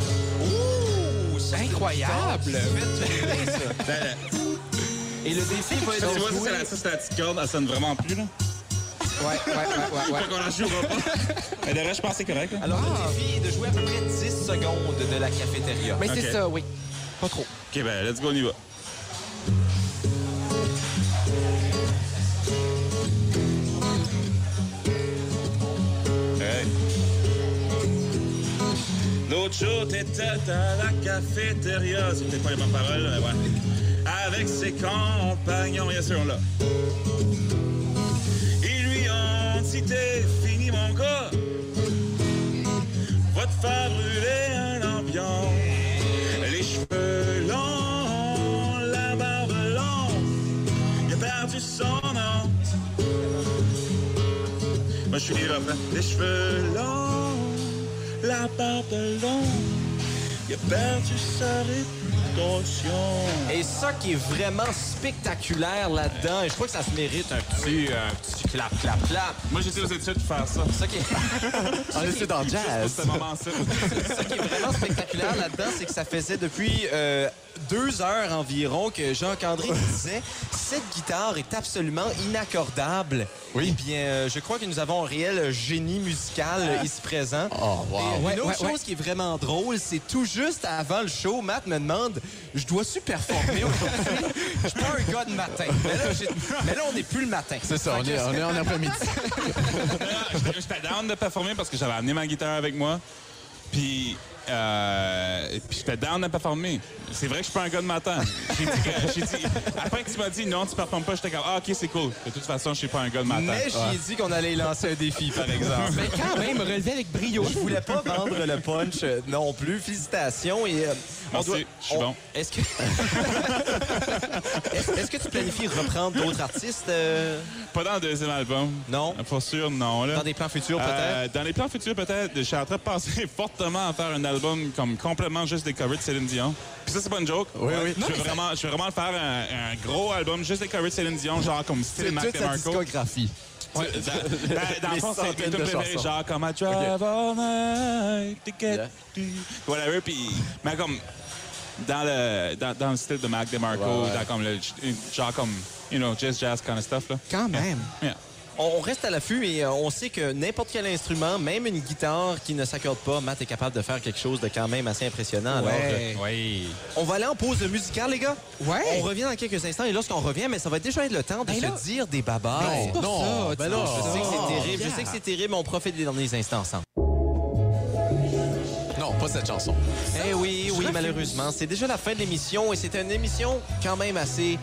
Speaker 1: Ouh, ça, c'est une
Speaker 4: Incroyable.
Speaker 1: guitare qui se fait tourner, ça.
Speaker 5: Ben, euh,
Speaker 1: Et le défi va
Speaker 5: ça,
Speaker 1: être
Speaker 5: tu
Speaker 1: de
Speaker 5: vois, ça,
Speaker 1: jouer-
Speaker 5: c'est la, ça, c'est la petite corde. Elle sonne vraiment plus, là.
Speaker 4: Ouais, ouais, ouais, ouais, ouais.
Speaker 5: Fait qu'on la jouera pas. Mais le reste, je pense que c'est correct, là.
Speaker 1: Alors le défi est de jouer à peu près 10 secondes de la cafétéria.
Speaker 4: Mais c'est
Speaker 5: Ok.
Speaker 4: ça, oui. Pas trop.
Speaker 5: OK, ben, let's go, on y va.
Speaker 9: Hey. L'autre jour, t'étais à la cafétéria. C'est peut-être pas les bonnes paroles, mais ouais. Avec ses compagnons, bien sûr, là. Ils lui ont dit T'es fini, mon gars. Va te faire brûler un ambiant. Les cheveux longs, la barbe longue. Il a perdu son nom. Moi, je suis libre, hein. les cheveux longs, la barbe longue. Il a perdu sa réputation.
Speaker 1: Et ça qui est vraiment spectaculaire là-dedans, et je crois que ça se mérite un petit, euh, un petit clap, clap, clap.
Speaker 5: Moi, j'étais aux études pour faire ça.
Speaker 1: Ça qui est,
Speaker 3: On est dans le
Speaker 5: Pour
Speaker 3: jazz.
Speaker 5: ce moment-là.
Speaker 1: ça qui est vraiment spectaculaire là-dedans, c'est que ça faisait depuis euh, deux heures environ que Jean-Candré disait cette guitare est absolument inaccordable. Oui. Eh bien, euh, je crois que nous avons un réel génie musical euh, ici présent.
Speaker 3: Oh, wow.
Speaker 1: Et
Speaker 4: Ah. Ouais,
Speaker 1: une autre
Speaker 4: ouais,
Speaker 1: chose
Speaker 4: ouais.
Speaker 1: qui est vraiment drôle, c'est tout juste avant le show, Matt me demande Je dois-tu performer aujourd'hui Je suis pas un gars de matin. Mais là, j'ai- mais là, on n'est plus le matin.
Speaker 3: C'est ça, on
Speaker 1: Fait que-
Speaker 3: est, on est en après-midi.
Speaker 5: J'étais- J'étais down de performer parce que j'avais amené ma guitare avec moi. Puis, euh, puis j'étais down de performer. C'est vrai que je suis pas un gars de matin. J'ai dit, que- j'ai dit- après que tu m'as dit non, tu performes pas, j'étais comme ah ok c'est cool. De toute façon, je suis pas un gars de matin.
Speaker 1: Mais j'ai dit qu'on allait lancer un défi, par exemple.
Speaker 4: Mais quand même, relevé avec brio.
Speaker 1: Je voulais pas vendre le punch euh, non plus. Félicitations et euh,
Speaker 5: Merci, je suis bon.
Speaker 1: Est-ce que Est-ce est-ce que tu planifies reprendre d'autres artistes euh,
Speaker 5: Pas dans le deuxième album.
Speaker 1: Non.
Speaker 5: Pour sûr, non. Là.
Speaker 1: dans des plans futurs
Speaker 3: Oh,
Speaker 1: peut-être
Speaker 5: Euh, dans les plans futurs, peut-être, je suis en train de penser fortement à faire un album comme complètement juste des covers de Céline Dion. Puis ça, c'est pas une joke.
Speaker 3: Oui, oui.
Speaker 5: Je veux vraiment, je veux vraiment faire un, un gros album juste des covers de Céline Dion, genre comme
Speaker 3: C'est
Speaker 5: style Mac
Speaker 3: toute sa
Speaker 5: DeMarco.
Speaker 3: discographie.
Speaker 5: Ouais, dans, ben, dans
Speaker 3: Les
Speaker 5: le fond,
Speaker 3: centaines
Speaker 5: c'est mes
Speaker 3: de
Speaker 5: tunes préférées,
Speaker 3: chansons.
Speaker 5: genre comme I drive all night to get
Speaker 3: Yeah.
Speaker 5: to you. Whatever, puis... Mais comme... Dans le, dans, dans le style de Mac DeMarco,
Speaker 3: Ouais, ouais.
Speaker 5: dans comme le, genre comme, you know, just jazz kind of stuff, là.
Speaker 4: Quand même.
Speaker 5: Yeah.
Speaker 1: on, on reste à l'affût et euh, on sait que n'importe quel instrument, même une guitare qui ne s'accorde pas, Matt est capable de faire quelque chose de quand même assez impressionnant. Alors, euh,
Speaker 4: Ouais.
Speaker 5: Oui.
Speaker 1: On va aller en pause musicale, les gars.
Speaker 4: Ouais.
Speaker 1: On revient dans quelques instants et lorsqu'on revient, mais ça va déjà être le temps de
Speaker 4: Ben
Speaker 1: se
Speaker 4: là-
Speaker 1: dire des babas.
Speaker 4: Mais c'est pas
Speaker 3: non,
Speaker 4: ça,
Speaker 3: ben
Speaker 4: tu
Speaker 3: non.
Speaker 4: sais.
Speaker 1: Je sais que
Speaker 3: Oh,
Speaker 1: c'est terrible,
Speaker 4: yeah.
Speaker 1: je sais que c'est terrible, mais on profite des derniers instants ensemble.
Speaker 3: Non, pas cette chanson.
Speaker 1: Eh oui, oui, malheureusement. C'est déjà la fin de l'émission et c'était une émission quand même assez.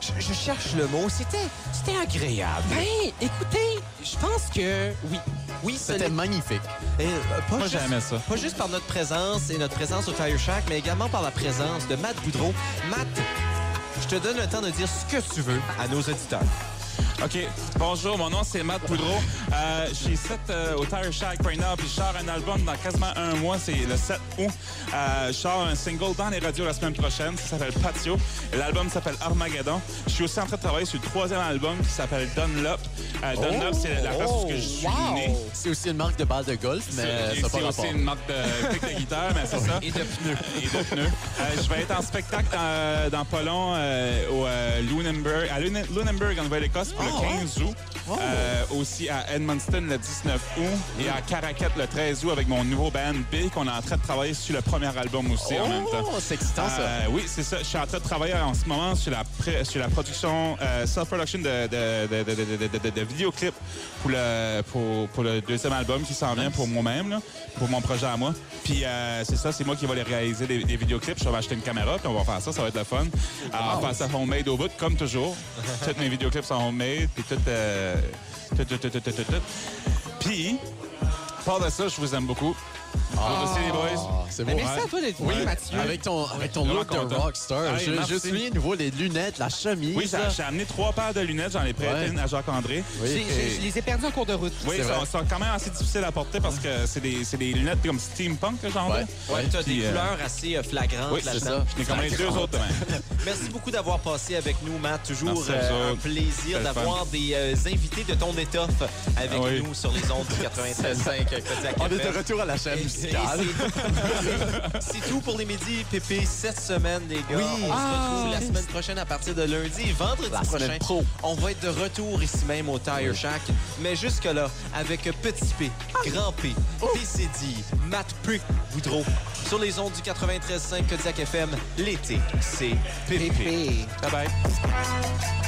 Speaker 1: Je, je cherche le mot. C'était, c'était agréable.
Speaker 4: Ben, écoutez, je pense que oui.
Speaker 1: Oui, ce
Speaker 3: C'était
Speaker 1: n'est-
Speaker 3: magnifique.
Speaker 1: eh, euh, pas
Speaker 5: Moi,
Speaker 1: juste-
Speaker 5: j'aimais ça.
Speaker 1: Pas juste par notre présence et notre présence au Fire Shack, mais également par la présence de Matt Boudreau. Matt, je te donne le temps de dire ce que tu veux à nos auditeurs.
Speaker 5: OK. Bonjour, mon nom c'est Matt Poudreau. Euh, je suis set euh, au Tire Shack right now, puis je sors un album dans quasiment un mois, c'est le 7 août. Euh, je sors un single dans les radios la semaine prochaine, ça s'appelle Patio. L'album s'appelle Armageddon. Je suis aussi en train de travailler sur le troisième album qui s'appelle Dunlop. Euh, Dunlop, c'est la place où je suis né.
Speaker 3: C'est aussi une marque de balles de golf, mais
Speaker 5: C'est-
Speaker 3: ça n'a pas
Speaker 5: C'est
Speaker 3: rapport.
Speaker 5: aussi une marque de, pic de guitare, mais c'est ça. Et de pneus. Et de pneus. Euh, je vais être en spectacle dans, dans pas long euh, au euh, Lunenburg, à Lune- Lunenburg en Nouvelle-Écosse pour
Speaker 3: Ah, ouais.
Speaker 5: le 15 août. Euh, aussi à Edmundston le 19 août et à Caracat le 13 août avec mon nouveau band B qu'on est en train de travailler sur le premier album aussi en même temps.
Speaker 3: Oh, c'est excitant, ça.
Speaker 5: Euh, oui, c'est ça. Je suis en train de travailler en ce moment sur la, pré- sur la production, euh, self-production de, de, de, de, de, de, de- de vidéoclips pour le, pour, pour le deuxième album qui s'en vient pour moi-même, là, pour mon projet à moi. Puis euh, c'est ça, c'est moi qui vais les réaliser les, les vidéoclips. Je vais acheter une caméra, puis on va faire ça, ça va être le fun. Alors, on va faire ça homemade au bout, comme toujours. Toutes mes vidéoclips sont homemade, puis tout, euh, tout, tout, tout, tout, tout, tout, tout. Puis, par de ça, je vous aime beaucoup. Vous aussi, les boys.
Speaker 3: Ah, c'est beau.
Speaker 4: Mais Ben, merci
Speaker 3: hein?
Speaker 4: à toi d'être
Speaker 3: Oui,
Speaker 4: venu, Mathieu.
Speaker 3: Avec ton, avec ton
Speaker 5: Vraiment
Speaker 3: look de
Speaker 5: content.
Speaker 3: rockstar.
Speaker 5: Hey,
Speaker 3: Je- je,
Speaker 5: merci.
Speaker 3: suis nouveau les lunettes, la chemise.
Speaker 5: Oui,
Speaker 3: là.
Speaker 5: j'ai j'ai amené trois paires de lunettes, j'en ai prêté
Speaker 3: Ouais.
Speaker 5: une à Jacques-André.
Speaker 3: Oui,
Speaker 4: J'ai- j'ai-
Speaker 3: et-
Speaker 4: Je les ai perdus en cours de route.
Speaker 5: Oui,
Speaker 3: C'est
Speaker 5: ils
Speaker 3: vrai.
Speaker 5: sont, sont quand même assez difficiles à porter parce que c'est des, c'est des lunettes comme steampunk, là, genre.
Speaker 3: Ouais.
Speaker 1: Ouais, tu as
Speaker 5: Puis,
Speaker 1: des
Speaker 5: euh,
Speaker 1: couleurs assez euh, flagrantes
Speaker 5: oui,
Speaker 1: là-dedans.
Speaker 3: c'est ça.
Speaker 5: J'en ai quand même deux autres demain.
Speaker 1: Merci beaucoup d'avoir passé avec nous, Matt. Toujours
Speaker 5: Merci à vous
Speaker 1: euh, un
Speaker 5: autres.
Speaker 1: plaisir
Speaker 5: C'était le
Speaker 1: d'avoir des euh, invités de ton étoffe avec
Speaker 5: Ah oui.
Speaker 1: nous sur les ondes du 93.5.
Speaker 3: On est de retour à la chaîne musicale.
Speaker 1: C'est tout pour les midis PP cette semaine, les gars.
Speaker 3: Oui.
Speaker 1: On
Speaker 3: Ah,
Speaker 1: se retrouve la semaine prochaine à partir de lundi et vendredi
Speaker 3: La semaine
Speaker 1: prochain.
Speaker 3: pro.
Speaker 1: On va être de retour ici même au Tire Shack. Mais jusque-là, avec Petit P,
Speaker 3: Ah.
Speaker 1: Grand P,
Speaker 3: Oh.
Speaker 1: PCD, Matt P, Boudreau, sur les ondes du 93.5 Kodiak FM, l'été, c'est PP. Bye-bye.